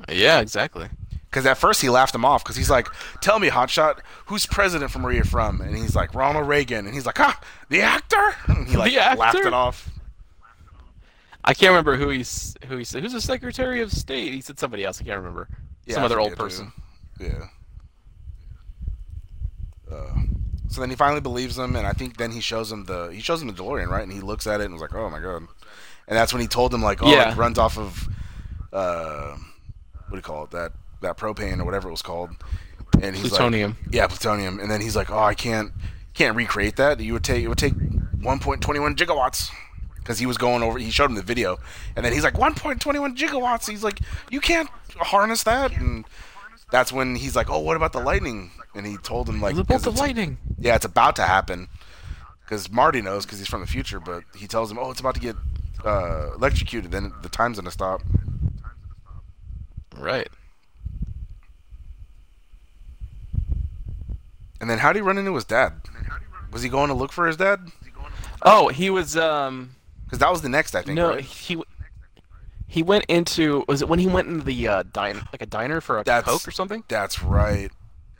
yeah, exactly.
Cuz at first he laughed him off cuz he's like, "Tell me, Hotshot, who's president from where you're from?" And he's like, "Ronald Reagan." And he's like, "Ah, the actor?" And he like
The actor?
laughed it off.
I can't remember who he's who he said. Who's the Secretary of State? He said somebody else. I can't remember. Some
I
other old
forget who.
person.
Yeah. Uh, so then he finally believes him, and I think then he shows him the he shows him the DeLorean, right? And he looks at it and was like, "Oh my god!" And that's when he told him like, "Oh,
Yeah.
it runs off of uh, what do you call it that that propane or whatever it was called." And he's
Plutonium.
Like, yeah, plutonium. And then he's like, "Oh, I can't can't recreate that. You would take it would take 1.21 gigawatts." Because he was going over, he showed him the video, and then he's like 1.21 gigawatts. He's like, you can't harness that, and that's when he's like, "Oh, what about the lightning?" And he told him like,
What about
'cause
the
it's-
lightning?
Yeah, it's about to happen. Because Marty knows because he's from the future, but he tells him, "Oh, it's about to get uh, electrocuted." Then the time's gonna stop.
Right.
And then how did he run into his dad? Was he going to look for his dad?
Oh, he was um.
Because that was the next, I think.
no,
right?
he w- he went into was it when he went into the uh, diner like a diner for a
That's-
coke or something?
That's right.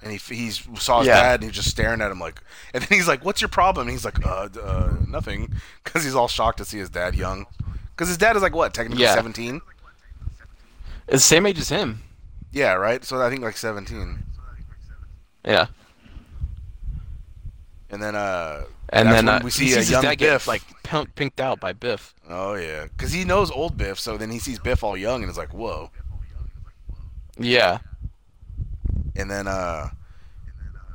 And he f- he's saw his
Yeah.
dad, and he's just staring at him like. And then he's like, "What's your problem?" And he's like, "Uh, d- uh nothing," because he's all shocked to see his dad young. Because his dad is like what, technically
Yeah.
seventeen?
It's the same age as him.
Yeah, right. So I think like seventeen.
Yeah.
And then uh,
And
that's
then
when
uh,
we
he
see a
sees his
young
dad
Biff.
get like punk- pinked out by Biff.
oh yeah, because he knows old Biff, so then he sees Biff all young and is like, whoa.
Yeah.
And then uh,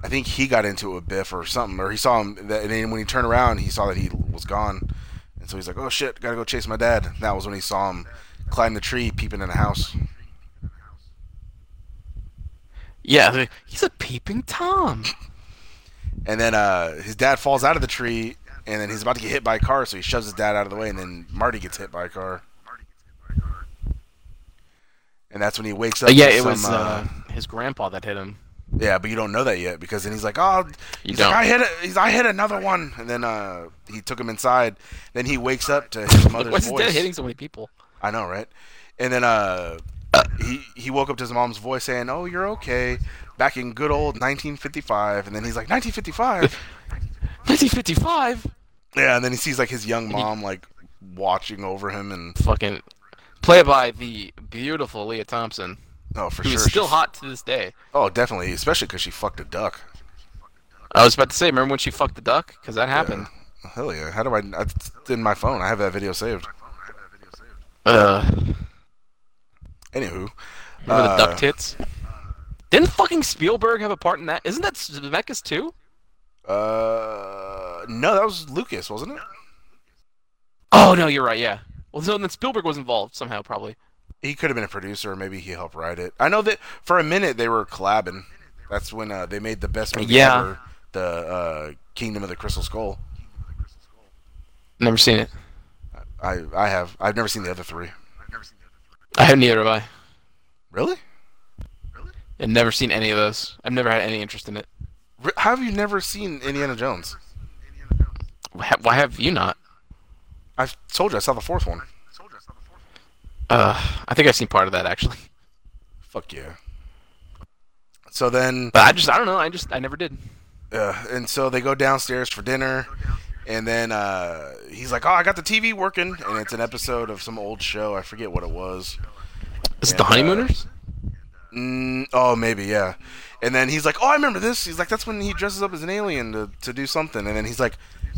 I think he got into it with Biff or something, or he saw him. That, and then when he turned around, he saw that he was gone, and so he's like, oh shit, gotta go chase my dad. And that was when he saw him climb the tree, peeping in a house.
Yeah. like, He's a peeping Tom.
And then uh, his dad falls out of the tree, and then he's about to get hit by a car, so he shoves his dad out of the way, and then Marty gets hit by a car. And that's when he wakes up.
Uh, yeah,
to
it
some,
was uh, his grandpa that hit him.
yeah, but you don't know that yet because then he's like, "Oh,
You
he's
don't.
like, I hit, a, he's, I hit another one." And then uh, he took him inside. Then he wakes up to his
Like,
mother's
why is his
voice.
dad hitting so many people?
I know, right? And then uh, he he woke up to his mom's voice saying, "Oh, you're okay." Back in good old 1955, and then he's like, "1955."
1955.
Yeah, and then he sees like his young mom like watching over him, and
Fucking play by the beautiful Leah Thompson,
oh for
who's
sure,
still
she's-
hot to this day.
Oh, definitely, especially because she fucked a duck.
I was about to say, remember when she fucked the duck? Because that happened.
Uh, Hell yeah! How do I? It's in my phone. I have that video saved.
Uh, remember
Anywho,
the
Uh,
duck tits? Didn't fucking Spielberg have a part in that? Isn't that Zemeckis too?
uh, no, that was Lucas, wasn't it?
Oh no, you're right. Yeah. Well, so then Spielberg was involved somehow, probably.
He could have been a producer. or Maybe he helped write it. I know that for a minute they were collabing. That's when uh, they made the best movie
Yeah.
ever, the uh, Kingdom of the Crystal Skull.
Never seen it.
I I have. I've never seen the other three.
I have neither have I.
Really?
I've never seen any of those. I've never had any interest in it.
Re- How have you never seen Indiana Jones?
Wha- Why have you not?
I told you I saw the fourth one.
Uh, I think I've seen part of that actually,
Fuck yeah. So then,
but I just I don't know. I just I never did.
uh, and so they go downstairs for dinner, and then uh, he's like, "Oh, I got the TV working," and it's an episode of some old show. I forget what it was.
Is
And,
it the
uh,
honeymooners?
Mm, oh, maybe yeah. And then he's like, "Oh, I remember this." He's like, "That's when he dresses up as an alien to, to do something." And then he's like,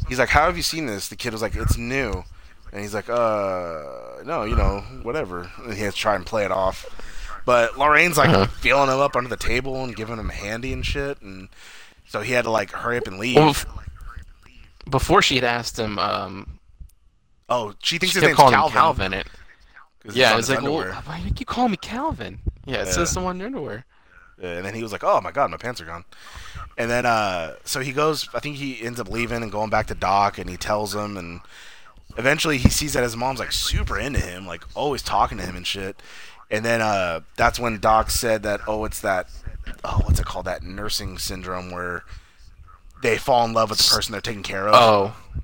"He's like, how have you seen this?" The kid was like, "It's new," and he's like, "Uh, no, you know, whatever." And he has to try and play it off, but Lorraine's like
Uh-huh.
feeling him up under the table and giving him a handy and shit, and so he had to like hurry up and leave.
Well, bef- before she had asked him, um,
oh, she thinks
she
his
kept
name's
calling
Calvin.
him Calvin. It
'cause it's
yeah,
on
it was
his
like, oh. well,
underwear.
why do you keep calling me Calvin? Yeah, it
Yeah.
says someone in underwear.
And then he was like, "Oh my god, my pants are gone." And then uh, so he goes. I think he ends up leaving and going back to Doc, and he tells him. And eventually, he sees that his mom's like super into him, like always talking to him and shit. And then uh, that's when Doc said that, "Oh, it's that, oh, what's it called? That nursing syndrome where they fall in love with the person they're taking care of."
Oh,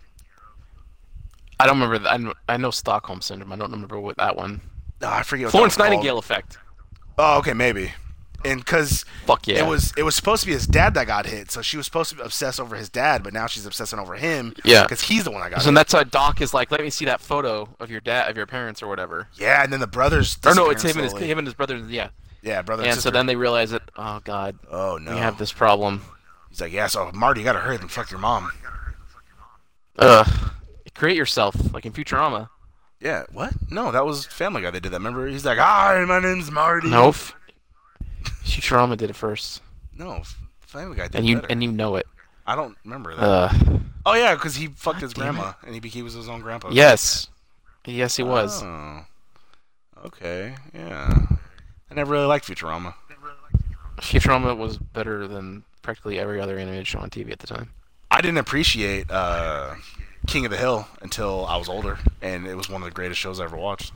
I don't remember. That. I kn- I know Stockholm syndrome. I don't remember what that one.
No, Ah, I forget. What that
Florence
was called.
Nightingale effect.
Oh, okay, maybe. And because
Fuck yeah.
It was it was supposed to be his dad that got hit, so she was supposed to be obsessed over his dad, but now she's obsessing over him.
Yeah.
because he's the one that got
So
hit.
that's why Doc is like, let me see that photo of your dad, of your parents, or whatever.
yeah, and then the brothers.
Or no, it's
disappearing
him and his
slowly.
him and his brother. Yeah.
Yeah, brother. And,
and so
sister.
then they realize that, oh god,
oh no,
we have this problem.
he's like, yeah. So Marty, you gotta hurry up and fuck your mom.
Ugh. Create yourself, like in Futurama.
Yeah, what? No, that was Family Guy. They did that. Remember? He's like, hi, my name's Marty.
No. f- Futurama did it first,
no, F- Family Guy did
and you
better.
and you know it.
I don't remember that.
Uh,
oh yeah, because he fucked his
damn
grandma, and he be- he was his own grandpa.
yes, yes, he was.
Oh. Okay. Yeah. I never really liked Futurama.
Futurama was better than practically every other animated show on TV at the time.
I didn't appreciate uh, King of the Hill until I was older, and it was one of the greatest shows I ever watched.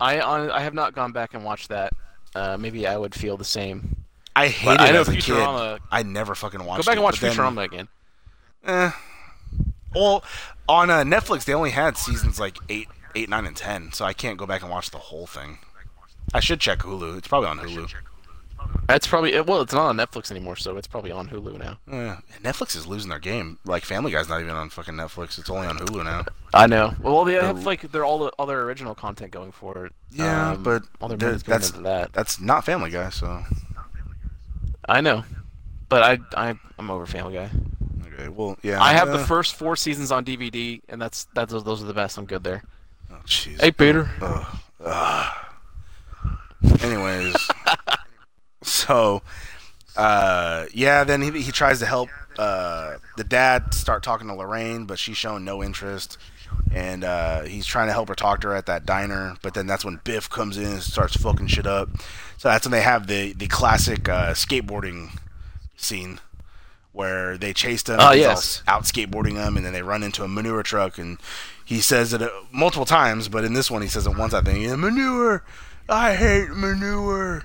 I on, I have not gone back and watched that. Uh, maybe I would feel the same.
I hated
I
it
know
as a
Futurama-
kid. I never fucking
Go
watched.
back
it,
and watch
but then-
Futurama again.
eh. Well, on uh, Netflix they only had seasons like eight, eight, nine, and ten, so I can't go back and watch the whole thing. I should check Hulu. It's probably on Hulu.
That's probably it- well. It's not on Netflix anymore, so it's probably on Hulu now.
Eh, Netflix is losing their game. Like Family Guy's not even on fucking Netflix. It's only on Hulu now.
I know. Well, they have like they're all the other original content going for it.
Yeah,
Um,
but
all their
there-
money's going
that's
into that.
that's not Family Guy, so
I know, but I I I'm over Family Guy.
okay. Okay. Well, yeah.
I have
uh,
the first four seasons on DVD, and that's that's those are the best. I'm good there.
oh, jeez.
Hey, Peter.
Ugh. Ugh. Anyways, so uh, yeah, then he, he tries to help uh, the dad start talking to Lorraine, but she's showing no interest, and uh, he's trying to help her talk to her at that diner. But then that's when Biff comes in and starts fucking shit up. So that's when they have the the classic uh, skateboarding scene where they chased him.
Ah,
he's all
yes.
out skateboarding him, and then they run into a manure truck, and he says it uh, multiple times, but in this one he says it once. I think "Yeah, manure. I hate manure.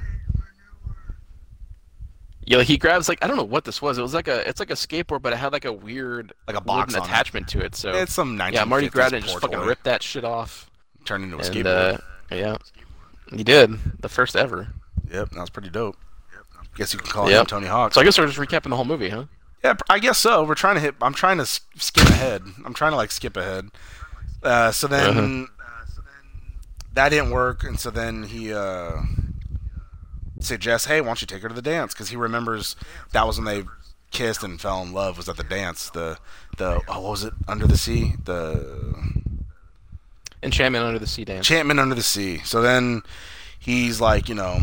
Yeah, he grabs like I don't know what this was. It was like a it's like a skateboard, but it had like a weird
Like a box
wooden
on it.
attachment to it. So
It's some 1950s
yeah, Marty grabbed it and just
poor
fucking
toy
ripped that shit off.
turned into a
And
skateboard.
uh, yeah, he did the first ever.
yep, that was pretty dope. Guess you can call him
Yep.
Tony Hawk.
So I guess we're just recapping the whole movie, huh?
Yeah, pr- I guess so. We're trying to hit. I'm trying to s- skip ahead. I'm trying to like skip ahead. Uh, so then,
Uh-huh.
that didn't work, and so then he uh, suggests, "Hey, why don't you take her to the dance?" Because he remembers that was when they kissed and fell in love. Was at the dance. The the oh, what was it? Under the sea. The
Enchantment Under the Sea Dance.
enchantment under the sea. So then he's like, you know,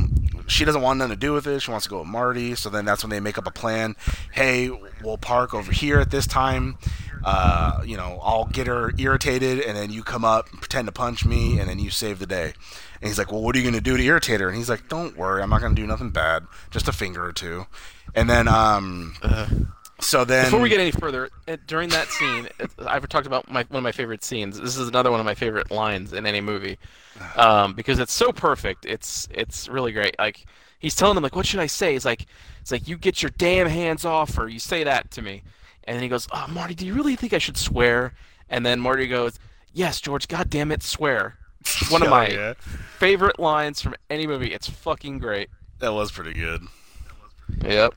she doesn't want nothing to do with it. She wants to go with Marty. So then that's when they make up a plan. Hey, we'll park over here at this time. Uh, you know, I'll get her irritated, and then you come up, and pretend to punch me, and then you save the day. And he's like, well, what are you gonna do to irritate her? And he's like, don't worry, I'm not gonna do nothing bad, just a finger or two. And then, um, so then
Uh-huh. Before we get any further, uh, during that scene, it- I've talked about my, one of my favorite scenes. This is another one of my favorite lines in any movie, um, because it's so perfect. It's it's really great. Like he's telling him, like, what should I say? He's like, it's like you get your damn hands off, or you say that to me. And then he goes, oh, Marty, do you really think I should swear? And then Marty goes, yes, George, God damn it, swear. One of
Oh,
my
yeah.
favorite lines from any movie. It's fucking great.
that was pretty good.
Yep.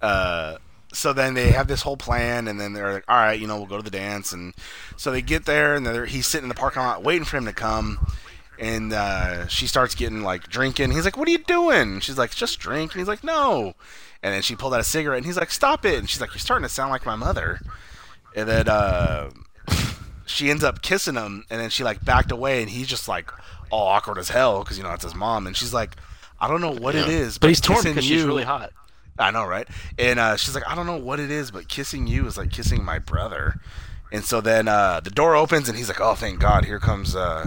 uh, so then they have this whole plan, and then they're like, "All right, you know, we'll go to the dance." And so they get there, and they're, he's sitting in the parking lot waiting for him to come. And uh, she starts getting like drinking. He's like, "What are you doing?" She's like, "Just drink." And he's like, "No." And then she pulled out a cigarette, and he's like, "Stop it!" And she's like, "You're starting to sound like my mother." And then uh, she ends up kissing him, and then she like backed away, and he's just like all awkward as hell because you know that's his mom, and she's like, "I don't know what it is,"
But he's torn
kissing
because
you,
she's really hot.
I know, right? And uh, she's like, I don't know what it is, but kissing you is like kissing my brother. And so then uh, the door opens, and he's like, Oh, thank God! Here comes, uh,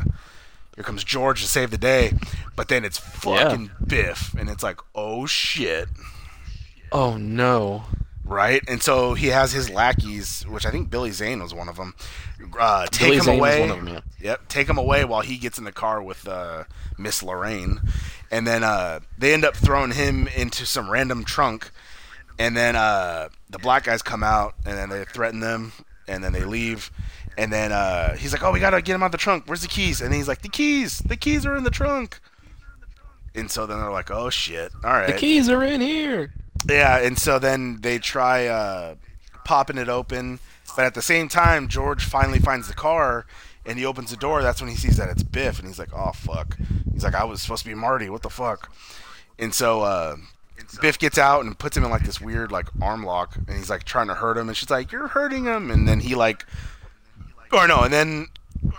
here comes George to save the day. But then it's fucking Biff, and it's like, Oh shit!
Oh no.
Right? And so he has his lackeys, which I think Billy Zane was one of them. Uh, take
Billy
him
Zane was
away.
one of 'em, yeah.
Yep, take him away while he gets in the car with uh, Miss Lorraine, and then uh, they end up throwing him into some random trunk, and then uh, the black guys come out, and then they threaten them, and then they leave, and then uh, he's like, "Oh, we gotta get him out of the trunk. Where's the keys?" And he's like, "The keys, the keys are in the trunk." And so then they're like, "Oh shit! All right."
The keys are in here.
Yeah, and so then they try uh, popping it open, but at the same time, George finally finds the car and he opens the door. That's when he sees that it's Biff, and he's like, "Oh fuck!" He's like, "I was supposed to be Marty. What the fuck?" And so uh, Biff gets out and puts him in like this weird like arm lock, and he's like trying to hurt him, and she's like, "You're hurting him," and then he like, or no, and then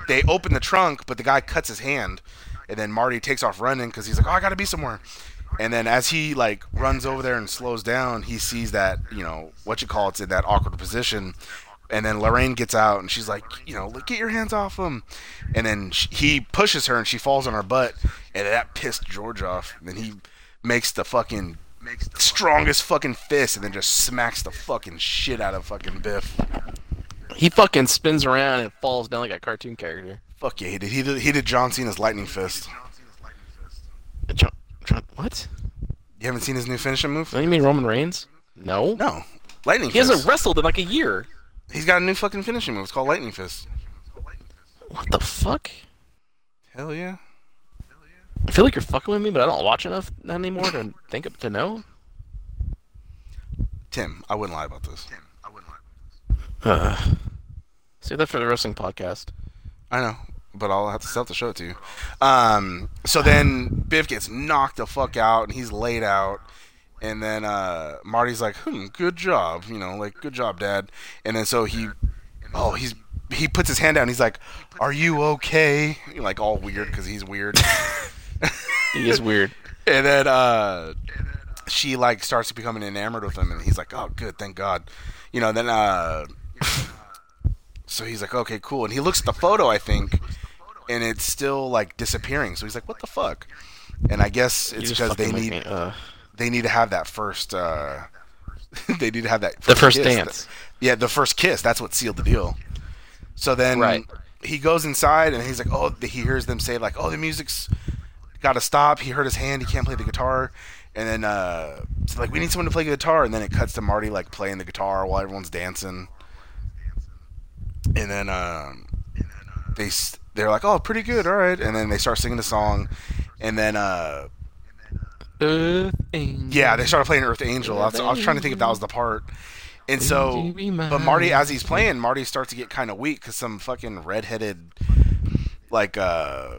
they open the trunk, but the guy cuts his hand, and then Marty takes off running because he's like, "Oh, I gotta be somewhere." And then as he like runs over there and slows down, he sees that you know what you call it's in that awkward position. And then Lorraine gets out and she's like, you know, "Look, get your hands off him. And then sh he pushes her and she falls on her butt, and that pissed George off. And then he makes the fucking strongest fucking fist and then just smacks the fucking shit out of fucking Biff.
He fucking spins around and falls down like a cartoon character.
Fuck yeah, he did. He did, he did John Cena's lightning fist.
John, John, what?
You haven't seen his new finishing move?
Don't you mean Roman Reigns? No.
No, lightning.
He
fist.
hasn't wrestled in like a year.
He's got a new fucking finishing move. It's called lightning fist.
What the fuck?
Hell yeah.
I feel like you're fucking with me, but I don't watch enough anymore to think of, to know.
Tim, I wouldn't lie about this.
Uh, save that for the wrestling podcast.
I know, but I'll have to still have to show it to you. Um, so then Biff gets knocked the fuck out, and he's laid out. And then uh, Marty's like, "Hmm, good job, you know, like good job, Dad." And then so he, oh, he's he puts his hand down. He's like, "Are you okay?" Like all weird because he's weird.
He is weird.
and then uh, she like starts becoming enamored with him, and he's like, "Oh, good, thank God," you know. Then uh, so he's like, "Okay, cool," and he looks at the photo, I think, and it's still like disappearing. So he's like, "What the fuck?" And I guess
You
it's
just
because they
fucking
need
make me, uh,
they need to have that first. Uh, they need to have that first
the first
kiss.
dance.
Yeah, the first kiss. That's what sealed the deal. So then
Right.
he goes inside and he's like, oh, he hears them say like, oh, the music's got to stop. He hurt his hand. He can't play the guitar. And then uh, it's like we need someone to play the guitar. And then it cuts to Marty like playing the guitar while everyone's dancing. And then um, they s- they're like, oh, pretty good, all right. And then they start singing the song. And then uh,
Earth Angel.
yeah, they started playing Earth Angel. I was, I was trying to think if that was the part. And so,
you be mine?
but Marty, as he's playing, Marty starts to get kind of weak because some fucking redheaded, like uh,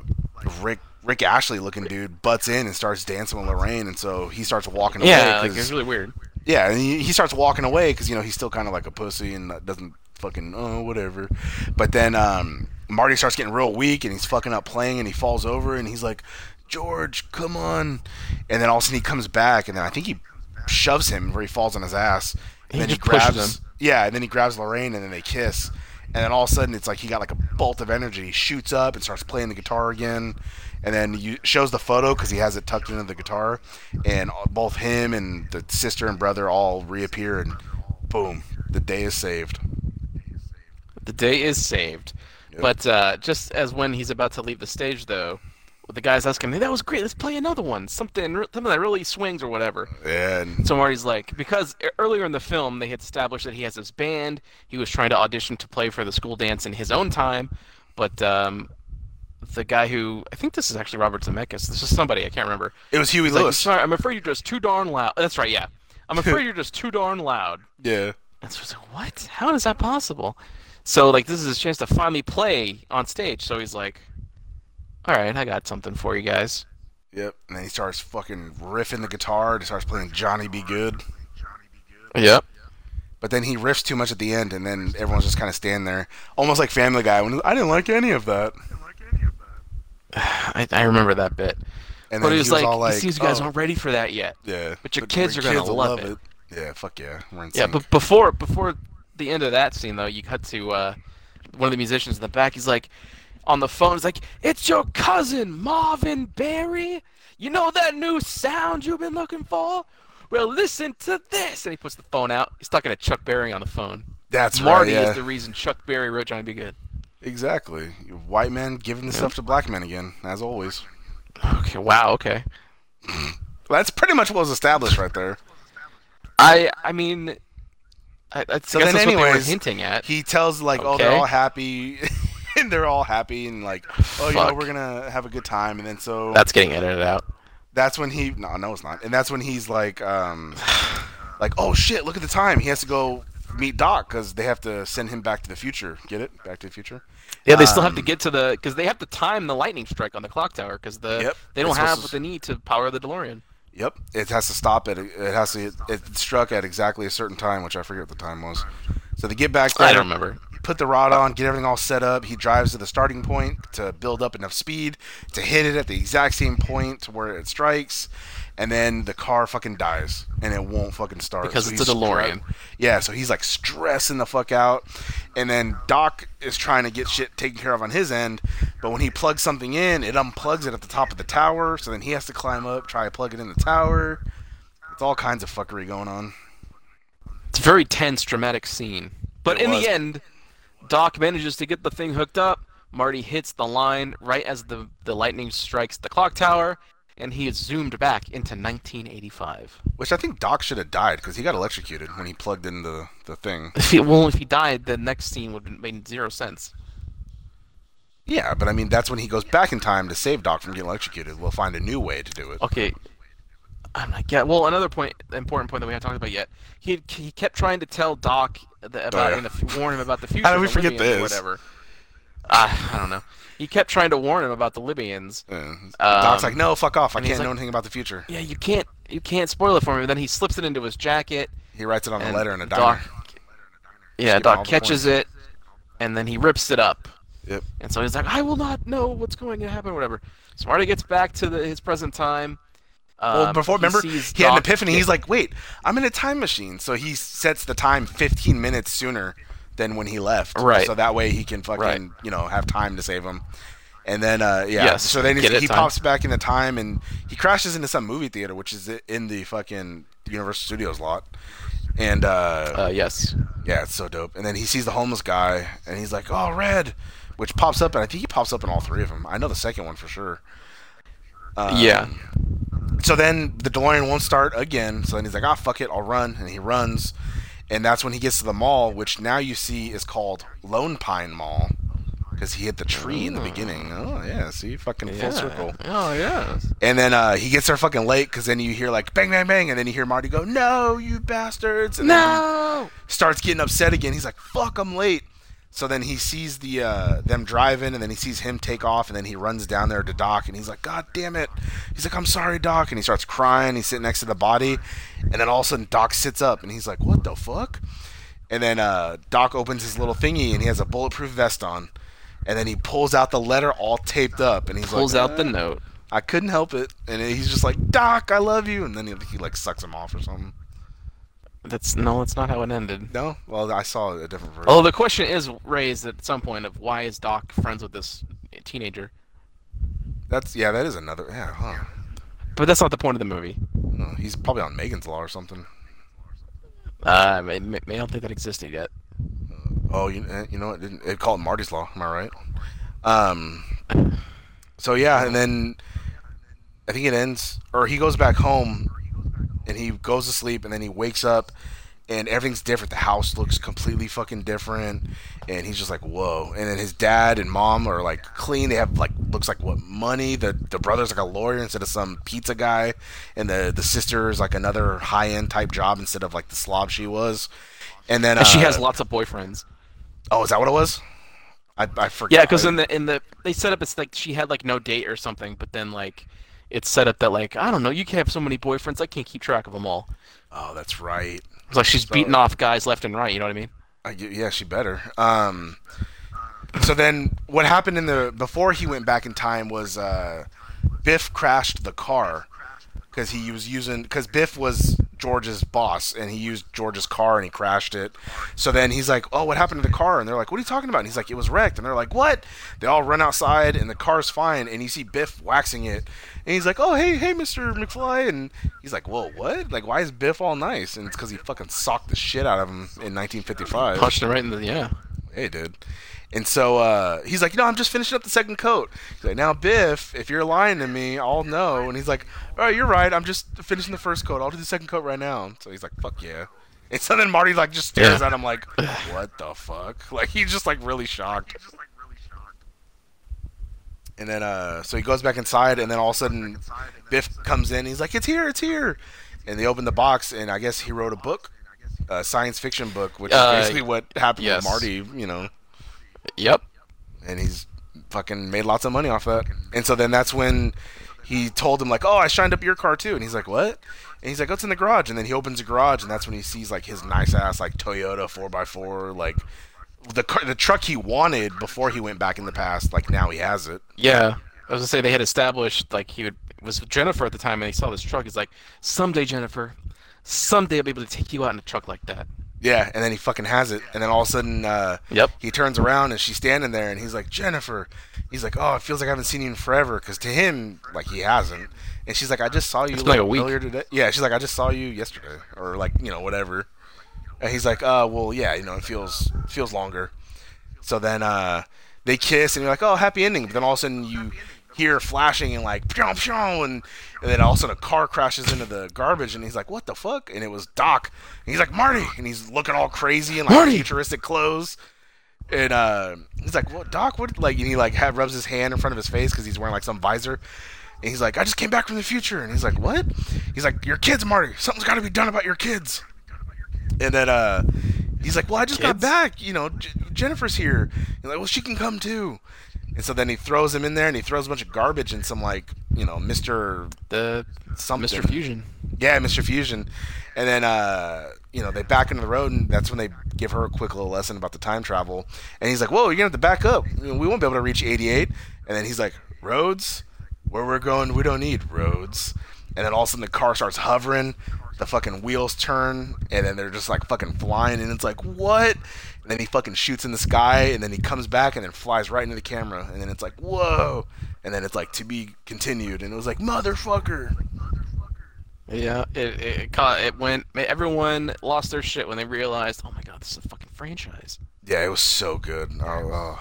Rick Rick Ashley looking dude butts in and starts dancing with Lorraine, and so he starts walking away.
Yeah, like
'cause-
it's really weird.
yeah, and he, he starts walking away because you know he's still kind of like a pussy and doesn't fucking oh whatever. But then um, Marty starts getting real weak and he's fucking up playing and he falls over and he's like, George, come on! And then all of a sudden he comes back and then I think he shoves him where he falls on his ass. And
He
then he
just pushes
grabs
him.
yeah, and then he grabs Lorraine and then they kiss. And then all of a sudden it's like he got like a bolt of energy. He shoots up and starts playing the guitar again. And then you, shows the photo because he has it tucked into the guitar. And all- both him and the sister and brother all reappear and boom, the day is saved.
The day is saved.
Yep.
But uh, just as when he's about to leave the stage, though, the guy's asking, hey, that was great. Let's play another one. Something, re- something that really swings or whatever.
And
So Marty's like, because e- earlier in the film, they had established that he has this band. He was trying to audition to play for the school dance in his own time. But um, the guy who, I think this is actually Robert Zemeckis. This is somebody, I can't remember.
it was Huey
He's like,
Lewis.
Sorry, I'm afraid you're just too darn loud. That's right, yeah. I'm afraid you're just too darn loud.
yeah.
And so it's like, what? How is that possible? So like this is his chance to finally play on stage. So he's like, all right, I got something for you guys.
Yep. And then he starts fucking riffing the guitar and starts playing Johnny Be Good.
Yep.
But then he riffs too much at the end, and then everyone's just kind of standing there, almost like Family Guy. When I didn't like any of that.
I, I remember that bit.
And
but
then
he
he
was,
was
like,
all like,
it seems you guys
"Oh,
aren't ready for that yet.
Yeah.
But your kids are gonna
will
love it.
Yeah, fuck yeah. We're in
Yeah,
sync.
but before before the end of that scene though, you cut to uh, one of the musicians in the back. He's like on the phone. He's like, "It's your cousin Marvin Berry. You know that new sound you've been looking for? Well, listen to this." And he puts the phone out. He's talking to Chuck Berry on the phone.
That's
Marty
right, yeah.
is the reason Chuck Berry wrote Johnny Be Good.
Exactly. White men giving the stuff to black men again, as always.
Okay. Wow. Okay.
That's pretty much what was established right there.
I I mean, I, I guess
then
that's what they were
anyways,
hinting at.
He tells like, oh, they're
Okay.
all happy, and they're all happy, and like, oh, you know,
Fuck.
we're gonna have a good time, and then so
That's getting edited out.
that's when he no no it's not and that's when he's like um like oh shit look at the time he has to go meet doc because they have to send him back to the future get it back to the future
Yeah, they still have to
Um,
get to the because they have to time the lightning strike on the clock tower because the
Yep,
they don't
it's supposed
have
to-
what they need to power the DeLorean.
yep it has to stop it it has to it struck at exactly a certain time which i forget what the time was so they get back there
I don't remember.
put the rod on, get everything all set up. He drives to the starting point to build up enough speed to hit it at the exact same point to where it strikes, and then the car fucking dies and it won't fucking start
Because it's
he's
a DeLorean.
stre- yeah, so he's like stressing the fuck out, and then Doc is trying to get shit taken care of on his end, but when he plugs something in, it unplugs it at the top of the tower, so then he has to climb up, try to plug it in the tower. It's all kinds of fuckery going on.
It's a very tense, dramatic scene. But
It
in
was.
the end, Doc manages to get the thing hooked up. Marty hits the line right as the the lightning strikes the clock tower, and he is zoomed back into 1985.
Which I think Doc should have died because he got electrocuted when he plugged in the, the thing.
If he, well, if he died, the next scene would have made zero sense.
Yeah, but I mean that's when he goes back in time to save Doc from getting electrocuted. We'll find a new way to do it.
Okay. I'm like, yeah. Well, another point, important point that we haven't talked about yet. He he kept trying to tell Doc the, about
Oh, yeah.
and the, warn him about the future.
How did we
of the
forget
Libyans
this?
Or whatever. Uh, I don't know. He kept trying to warn him about the Libyans.
Yeah. Doc's
Um,
like, no, fuck off. I
and he's
can't know
like-
anything about the future.
Yeah, you can't. you can't spoil it for me. And then he slips it into his jacket.
He writes it on a
and
letter in a
Doc-
diner.
Yeah,
Skip all
Doc
the
catches it, and then he rips it up.
Yep.
And so he's like, I will not know what's going to happen, whatever. Smarty gets back to the, his present time.
Well,
Um,
before
he
remember
sees
he had an
Doc-
epiphany. He's like, "Wait, I'm in a time machine." So he sets the time 15 minutes sooner than when he left.
Right.
So that way he can fucking
Right.
you know have time to save him. And then uh, yeah,
Yes,
so then
get
he's,
it
he
time.
pops back into time and he crashes into some movie theater, which is in the fucking Universal Studios lot. And uh,
uh, yes,
yeah, it's so dope. And then he sees the homeless guy, and he's like, "Oh, red," which pops up, and I think he pops up in all three of them. I know the second one for sure. Um,
yeah,
So then the DeLorean won't start again. So then he's like, "Ah, fuck it, I'll run," and he runs, and that's when he gets to the mall, which now you see is called Lone Pine Mall, because he hit the tree in the beginning. Oh yeah, see, fucking
yeah.
full circle.
Oh yeah.
And then uh, he gets there fucking late, because then you hear like bang, bang, bang, and then you hear Marty go, "No, you bastards!" And then he
No.
starts getting upset again. He's like, "Fuck, I'm late." So then he sees the uh, them driving, and then he sees him take off, and then he runs down there to Doc, and he's like, "God damn it!" He's like, "I'm sorry, Doc," and he starts crying. He's sitting next to the body, and then all of a sudden Doc sits up, and he's like, "What the fuck?" And then uh, Doc opens his little thingy, and he has a bulletproof vest on, and then he pulls out the letter all taped up, and he's
Pulls
like,
out the
"Uh,
note.
I couldn't help it," and he's just like, "Doc, I love you," and then he, he like sucks him off or something.
That's no, that's not how it ended.
No, well, I saw a different version.
Although the question is raised at some point of why is Doc friends with this teenager?
That's yeah, that is another yeah. Huh.
But that's not the point of the movie.
No, he's probably on Megan's Law or something.
Uh, I, m- I don't think that existed yet.
Oh, you eh, you know what? Didn't it call it Marty's Law? Am I right? Um. So yeah, and then I think it ends, or he goes back home, and he goes to sleep, and then he wakes up, and everything's different. The house looks completely fucking different, and he's just like, "Whoa!" And then his dad and mom are like clean. They have like looks like what money. The the brother's like a lawyer instead of some pizza guy, and the the sister is like another high end type job instead of like the slob she was. And then
And she
uh,
has lots of boyfriends.
Oh, is that what it was? I I forgot.
Yeah, because in the in the they set up it's like she had like no date or something, but then like it's set up that like I don't know, you can have so many boyfriends, I can't keep track of them all.
oh, that's right.
It's like she's
So-
beating off guys left and right. You know what I mean?
I, gu- yeah, she better. Um, so then what happened in the before he went back in time was uh, Biff crashed the car because he was using because Biff was George's boss and he used George's car and he crashed it. So then he's like, "Oh, what happened to the car?" And they're like, "What are you talking about?" And he's like, "It was wrecked." And they're like, "What?" They all run outside and the car's fine. And you see Biff waxing it, and he's like, "Oh, hey, hey, Mister McFly," and he's like, "Whoa, what? Like, why is Biff all nice?" And it's because he fucking socked the shit out of him in 1955.
Punching her right in the yeah.
Hey, dude. And so uh, he's like, you know, I'm just finishing up the second coat. He's like, now, Biff, if you're lying to me, I'll know. And he's like, all right, you're right. I'm just finishing the first coat. I'll do the second coat right now. So he's like, fuck yeah. And so then Marty like just stares
Yeah.
at him like, what the fuck? Like he's just like really shocked. And then uh, so he goes back inside, and then all of a sudden Biff comes in. He's like, it's here, it's here. And they open the box, and I guess he wrote a book, a science fiction book, which
Uh,
is basically what happened
yes.
to Marty. You know
Yep.
and he's fucking made lots of money off that. And so then that's when he told him like, "Oh, I shined up your car too," and he's like, "What?" And he's like, "Oh, it's in the garage." And then he opens the garage, and that's when he sees like his nice ass like Toyota four x four, like the car, the truck he wanted before he went back in the past. Like now he has it.
Yeah. I was gonna say they had established like he would it was Jennifer at the time, and he saw this truck. He's like, someday Jennifer, someday I'll be able to take you out in a truck like that.
Yeah, and then he fucking has it, and then all of a sudden, uh,
Yep.
he turns around and she's standing there, and he's like, Jennifer. He's like, oh, it feels like I haven't seen you in forever, because to him, like he hasn't. And she's like, I just saw you
It's been like a week.
earlier today. Yeah, she's like, I just saw you yesterday, or like you know whatever. And he's like, uh, well, yeah, you know, it feels feels longer. So then uh, they kiss, and you're like, oh, happy ending. But then all of a sudden you hear flashing and like, pshaw, pshaw, and, and then all of a sudden a car crashes into the garbage, and he's like, what the fuck? And it was Doc. And he's like, Marty, and he's looking all crazy in like
Marty!
futuristic clothes. And uh, he's like, "What, Doc? What?" Like, and he like ha rubs his hand in front of his face because he's wearing like some visor. And he's like, "I just came back from the future." And he's like, "What?" He's like, "Your kids, Marty. Something's got to be done about your kids." And then uh, he's like, "Well, I just got
Kids?
back. You know, J- Jennifer's here." And like, "Well, she can come too." And so then he throws him in there, and he throws a bunch of garbage and some like, you know, Mister
The
something.
Mr. Fusion.
Yeah, Mr. Fusion. And then, uh, you know, they back into the road, and that's when they give her a quick little lesson about the time travel. And he's like, whoa, you're going to have to back up. You know, We won't be able to reach 88. And then he's like, roads? Where we're going, we don't need roads. And then all of a sudden the car starts hovering, the fucking wheels turn, and then they're just like fucking flying, and it's like, what? And then he fucking shoots in the sky, and then he comes back and then flies right into the camera, and then it's like, whoa. And then it's like, to be continued. And it was like, motherfucker.
Yeah, it it, caught, it went. Everyone lost their shit when they realized, oh my god, this is a fucking franchise.
Yeah, it was so good. Oh, oh.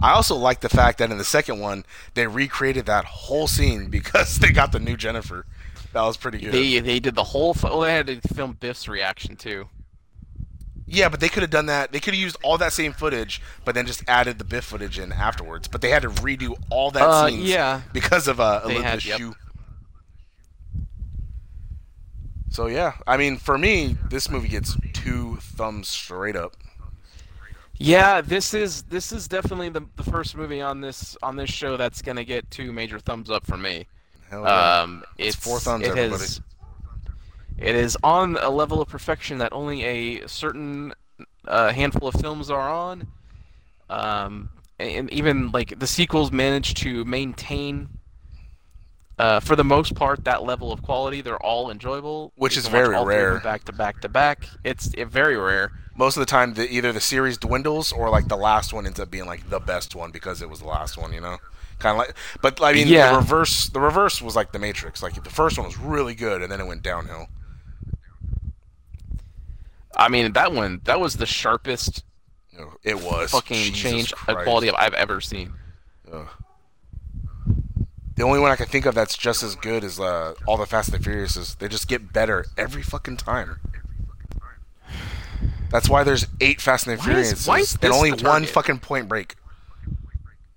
I also like the fact that in the second one they recreated that whole scene because they got the new Jennifer. That was pretty good.
They they did the whole. Th- well, they had to film Biff's reaction too.
yeah, but they could have done that. They could have used all that same footage, but then just added the Biff footage in afterwards. But they had to redo all that
Uh,
scene
yeah.
because of uh,
They had-
Olympus
yep.
Shue. So yeah, I mean, for me, this movie gets two thumbs straight up.
Yeah, this is this is definitely the, the first movie on this on this show that's gonna get two major thumbs up from me.
Hell yeah.
Um, it's,
four thumbs,
it
everybody.
has- it is on a level of perfection that only a certain uh, handful of films are on. Um, and even like the sequels manage to maintain, uh, for the most part, that level of quality. They're all enjoyable,
Which
You
is
can watch
very
all three of them
rare.
Back to back to back, it's eh, very rare.
most of the time the, either the series dwindles or like the last one ends up being like the best one because it was the last one you know kind of like but i mean
Yeah.
the reverse the reverse was like the matrix like the first one was really good and then it went downhill
I mean, that one that was the sharpest
You know, it was
fucking
Jesus
change of
Christ.
quality I've ever seen.
Ugh. the only one i can think of that's just as good is uh, all the fast and the furious is they just get better every fucking time that's why there's eight fast and the
Why is-
furious
why is
and
this
only
the
one
target?
fucking point break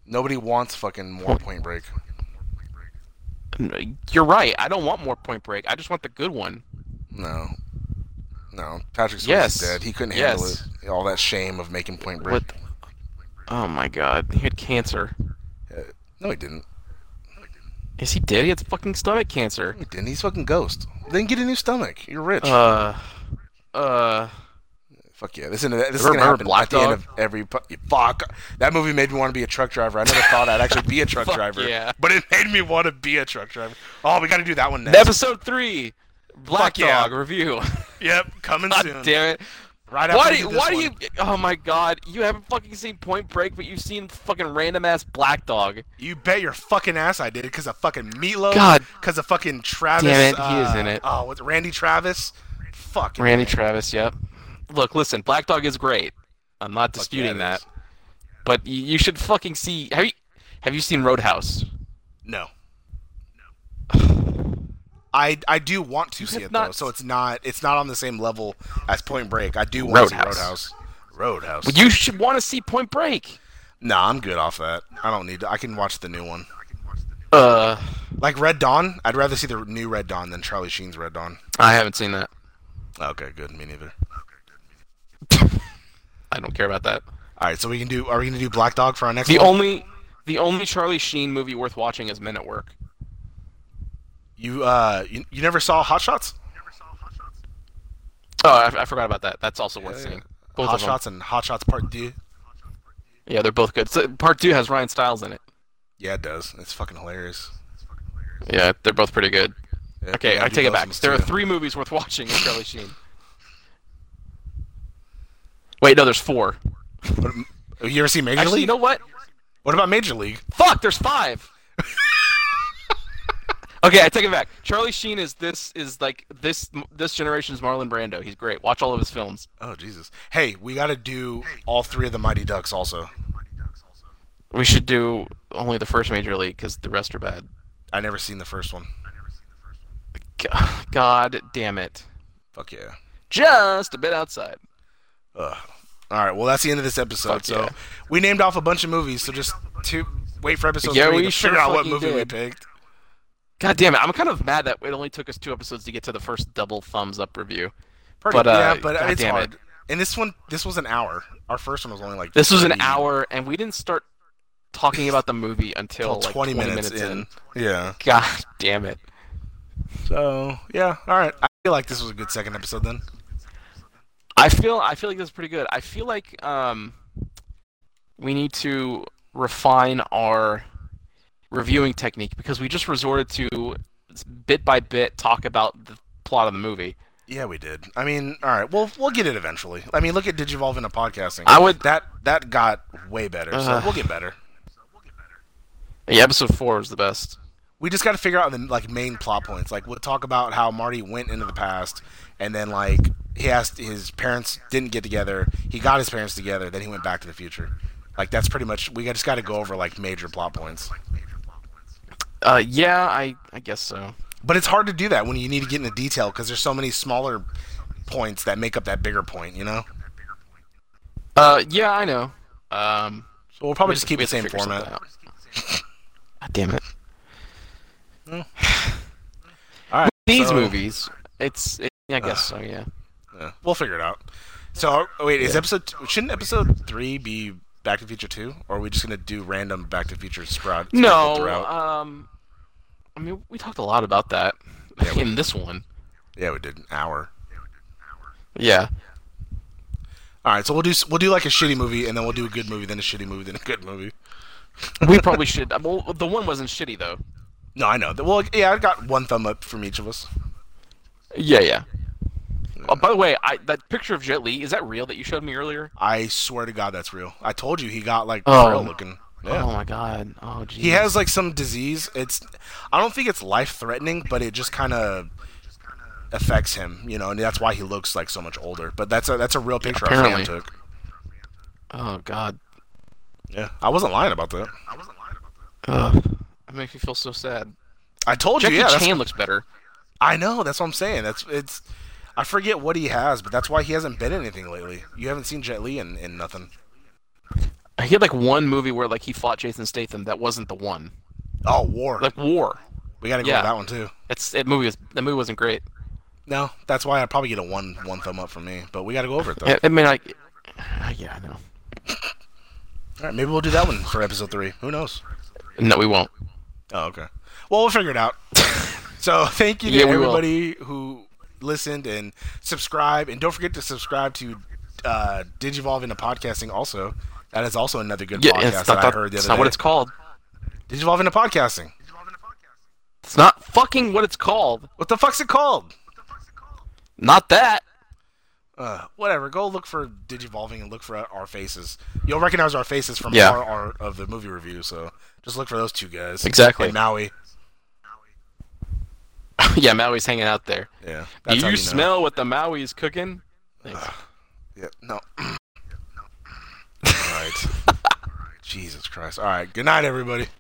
nobody wants fucking more point break
You're right. I don't want more Point Break. I just want the good one.
No. No. Patrick Swayze's
Yes.
dead. He couldn't handle
Yes.
it. All that shame of making Point Break.
What? the- Oh my God! He had cancer.
No, he didn't.
Is he dead? He had fucking stomach cancer.
No, he didn't. He's fucking ghost. Then get a new stomach. You're rich.
Uh, uh.
Fuck yeah. This is, this is
Remember
gonna happen
Black
at the end
Dog?
of every. po- Fuck. That movie made me want to be a truck driver. I never thought I'd actually be a truck
Fuck
driver.
yeah.
But it made me want to be a truck driver. Oh, we got to do that one next.
Episode three, Black
Fuck yeah.
Dog review.
Yep. Coming soon.
God damn it!
Right after
Why
we
do you,
do this
why do
one.
you? Oh my God! You haven't fucking seen Point Break, but you've seen fucking random ass Black Dog.
You bet your fucking ass I did because of fucking Meatloaf.
God.
Because of fucking Travis.
Damn it, he is
uh,
in it.
Oh, what's Randy Travis? Fuck.
Randy Travis. Yep. Look, listen. Black Dog is great. I'm not
Fuck yeah,
disputing
it is.
that, but you, you should fucking see. Have you? Have you seen Roadhouse?
No. I I do want to see
have
it though,
not-
so it's not it's not on the same level as Point Break. I do want to see
Roadhouse.
Roadhouse. Roadhouse.
You should want to see Point Break.
Nah, I'm good off that. I don't need to. I can watch the new one.
Uh,
Like Red Dawn, I'd rather see the new Red Dawn than Charlie Sheen's Red Dawn.
I haven't seen that.
Okay, good. Me neither.
I don't care about that.
All right, so we can do. Are we gonna do Black Dog for our next?
The
one?
only the only Charlie Sheen movie worth watching is Men at Work.
you uh you, you never saw Hot Shots?
Oh, I, I forgot about that. That's also worth
Yeah.
seeing. Both
Hot
of them.
Shots and Hot Shots Part D.
Yeah, they're both good. So, part two has Ryan Stiles in it.
Yeah, it does. It's fucking hilarious.
Yeah, they're both pretty good.
Yeah, we
Okay,
gotta
I
do
take it
those
back.
ones,
There are
too.
three movies worth watching with Charlie Sheen. Wait, no, there's four.
What, have you ever seen Major
Actually,
League?
you know what?
What about Major League?
Fuck, there's five. okay, I take it back. Charlie Sheen is this is like this this generation's Marlon Brando. He's great. Watch all of his films.
Oh Jesus! Hey, we got to do all three of the Mighty Ducks also.
We should do only the first major league because the rest are bad.
I never seen the first one.
G- God damn it.
Fuck yeah.
Just a bit outside.
Ugh. All right. Well, that's the end of this episode.
Fuck
so
yeah.
we named off a bunch of movies. So just to wait for episode
Yeah,
three
we
to
sure
figure out what
fucking
movie we
did.
picked.
God damn it. I'm kind of mad that it only took us two episodes to get to the first double thumbs up review.
Pretty,
But, uh,
yeah, but
God
it's
damn
hard.
it.
And this one, this was an hour. Our first one was only like
This was an
30
hour, and we didn't start talking about the movie until
till
like
twenty, minutes, in. Yeah.
God damn it.
So So yeah, all right. I feel like this was a good second episode then.
I feel I feel like this is pretty good. I feel like um, we need to refine our reviewing technique because we just resorted to bit by bit talk about the plot of the movie.
Yeah, we did. I mean, all right. We'll we'll get it eventually. I mean, look at Digivolve into podcasting.
I would- Uh-huh.
that that got way better. so
Ugh.
we'll get better.
Yeah, episode four was the best.
we just got to figure out the like main plot points. Like we'll talk about how Marty went into the past, and then like he asked his parents didn't get together. He got his parents together, then he went back to the future. Like that's pretty much we just got to go over like major plot points.
Uh, yeah, I I guess so.
But it's hard to do that when you need to get into detail because there's so many smaller points that make up that bigger point. You know.
Uh, yeah, I know. Um,
So we'll probably
we
just
have to-
keep
we
the
have to
same
figure something
format.
out. God damn it!
All right.
These
so-
movies, it's it, I guess so. Yeah.
Yeah, we'll figure it out. So oh, wait, is episode two, shouldn't episode three be Back to the Future two, or are we just gonna do random Back to the Future sprout? sprinkled
No.
throughout?
Um, I mean, we talked a lot about that
Yeah, we-
in this one.
Yeah, we did an hour.
Yeah.
All right, so we'll do we'll do like a shitty movie, and then we'll do a good movie, then a shitty movie, then a good movie.
we probably should. uh, Well, the one wasn't shitty though.
No, I know. Well, yeah, I got one thumb up from each of us.
Yeah, yeah. Oh, by the way, I, that picture of Jet Li is that real that you showed me earlier?
I swear to God, that's real. I told you he got like
Oh.
real looking. Yeah.
Oh my god. Oh geez.
He has like some disease. It's I don't think it's life threatening, but it just kind of affects him, you know, and that's why he looks like so much older. But that's a that's a real picture our fan
apparently.
took.
Oh god.
Yeah, I wasn't lying about that.
Ugh. That makes me feel so sad.
I told
Jackie
you. Yeah, that's
Chan looks better.
I know. That's what I'm saying. That's it's. I forget what he has, but that's why he hasn't been in anything lately. You haven't seen Jet Li in, in nothing.
He had like one movie where like he fought Jason Statham that wasn't the one.
Oh, War.
Like War.
we got to go
yeah.
with that one too.
It's that movie was that movie wasn't great.
No, that's why I probably get a one one thumb up from me. But we got to go over it though.
I, I mean, like, yeah, I know.
All right, maybe we'll do that one for episode three. Who knows?
No, we won't.
Oh, okay. Well, we'll figure it out. so thank you to
Yeah, we will.
everybody who listened and subscribe, and don't forget to subscribe to uh, Digivolve into podcasting. Also, that is also another good
Yeah,
podcast
it's
that
not,
I
that-
heard the
it's
other
not
day.
what it's called.
Digivolve into podcasting.
It's not fucking what it's called.
What the fuck's it called?
Not that.
uh, whatever. Go look for Digivolving and look for our faces. You'll recognize our faces from
Yeah.
our art of the movie review. So just look for those two guys.
Exactly.
And Maui.
yeah, Maui's hanging out there.
Yeah.
Do
That's
you,
how know.
smell what the Maui's cooking? Thanks.
Yeah. No. All right. Jesus Christ. All right. Good night, everybody.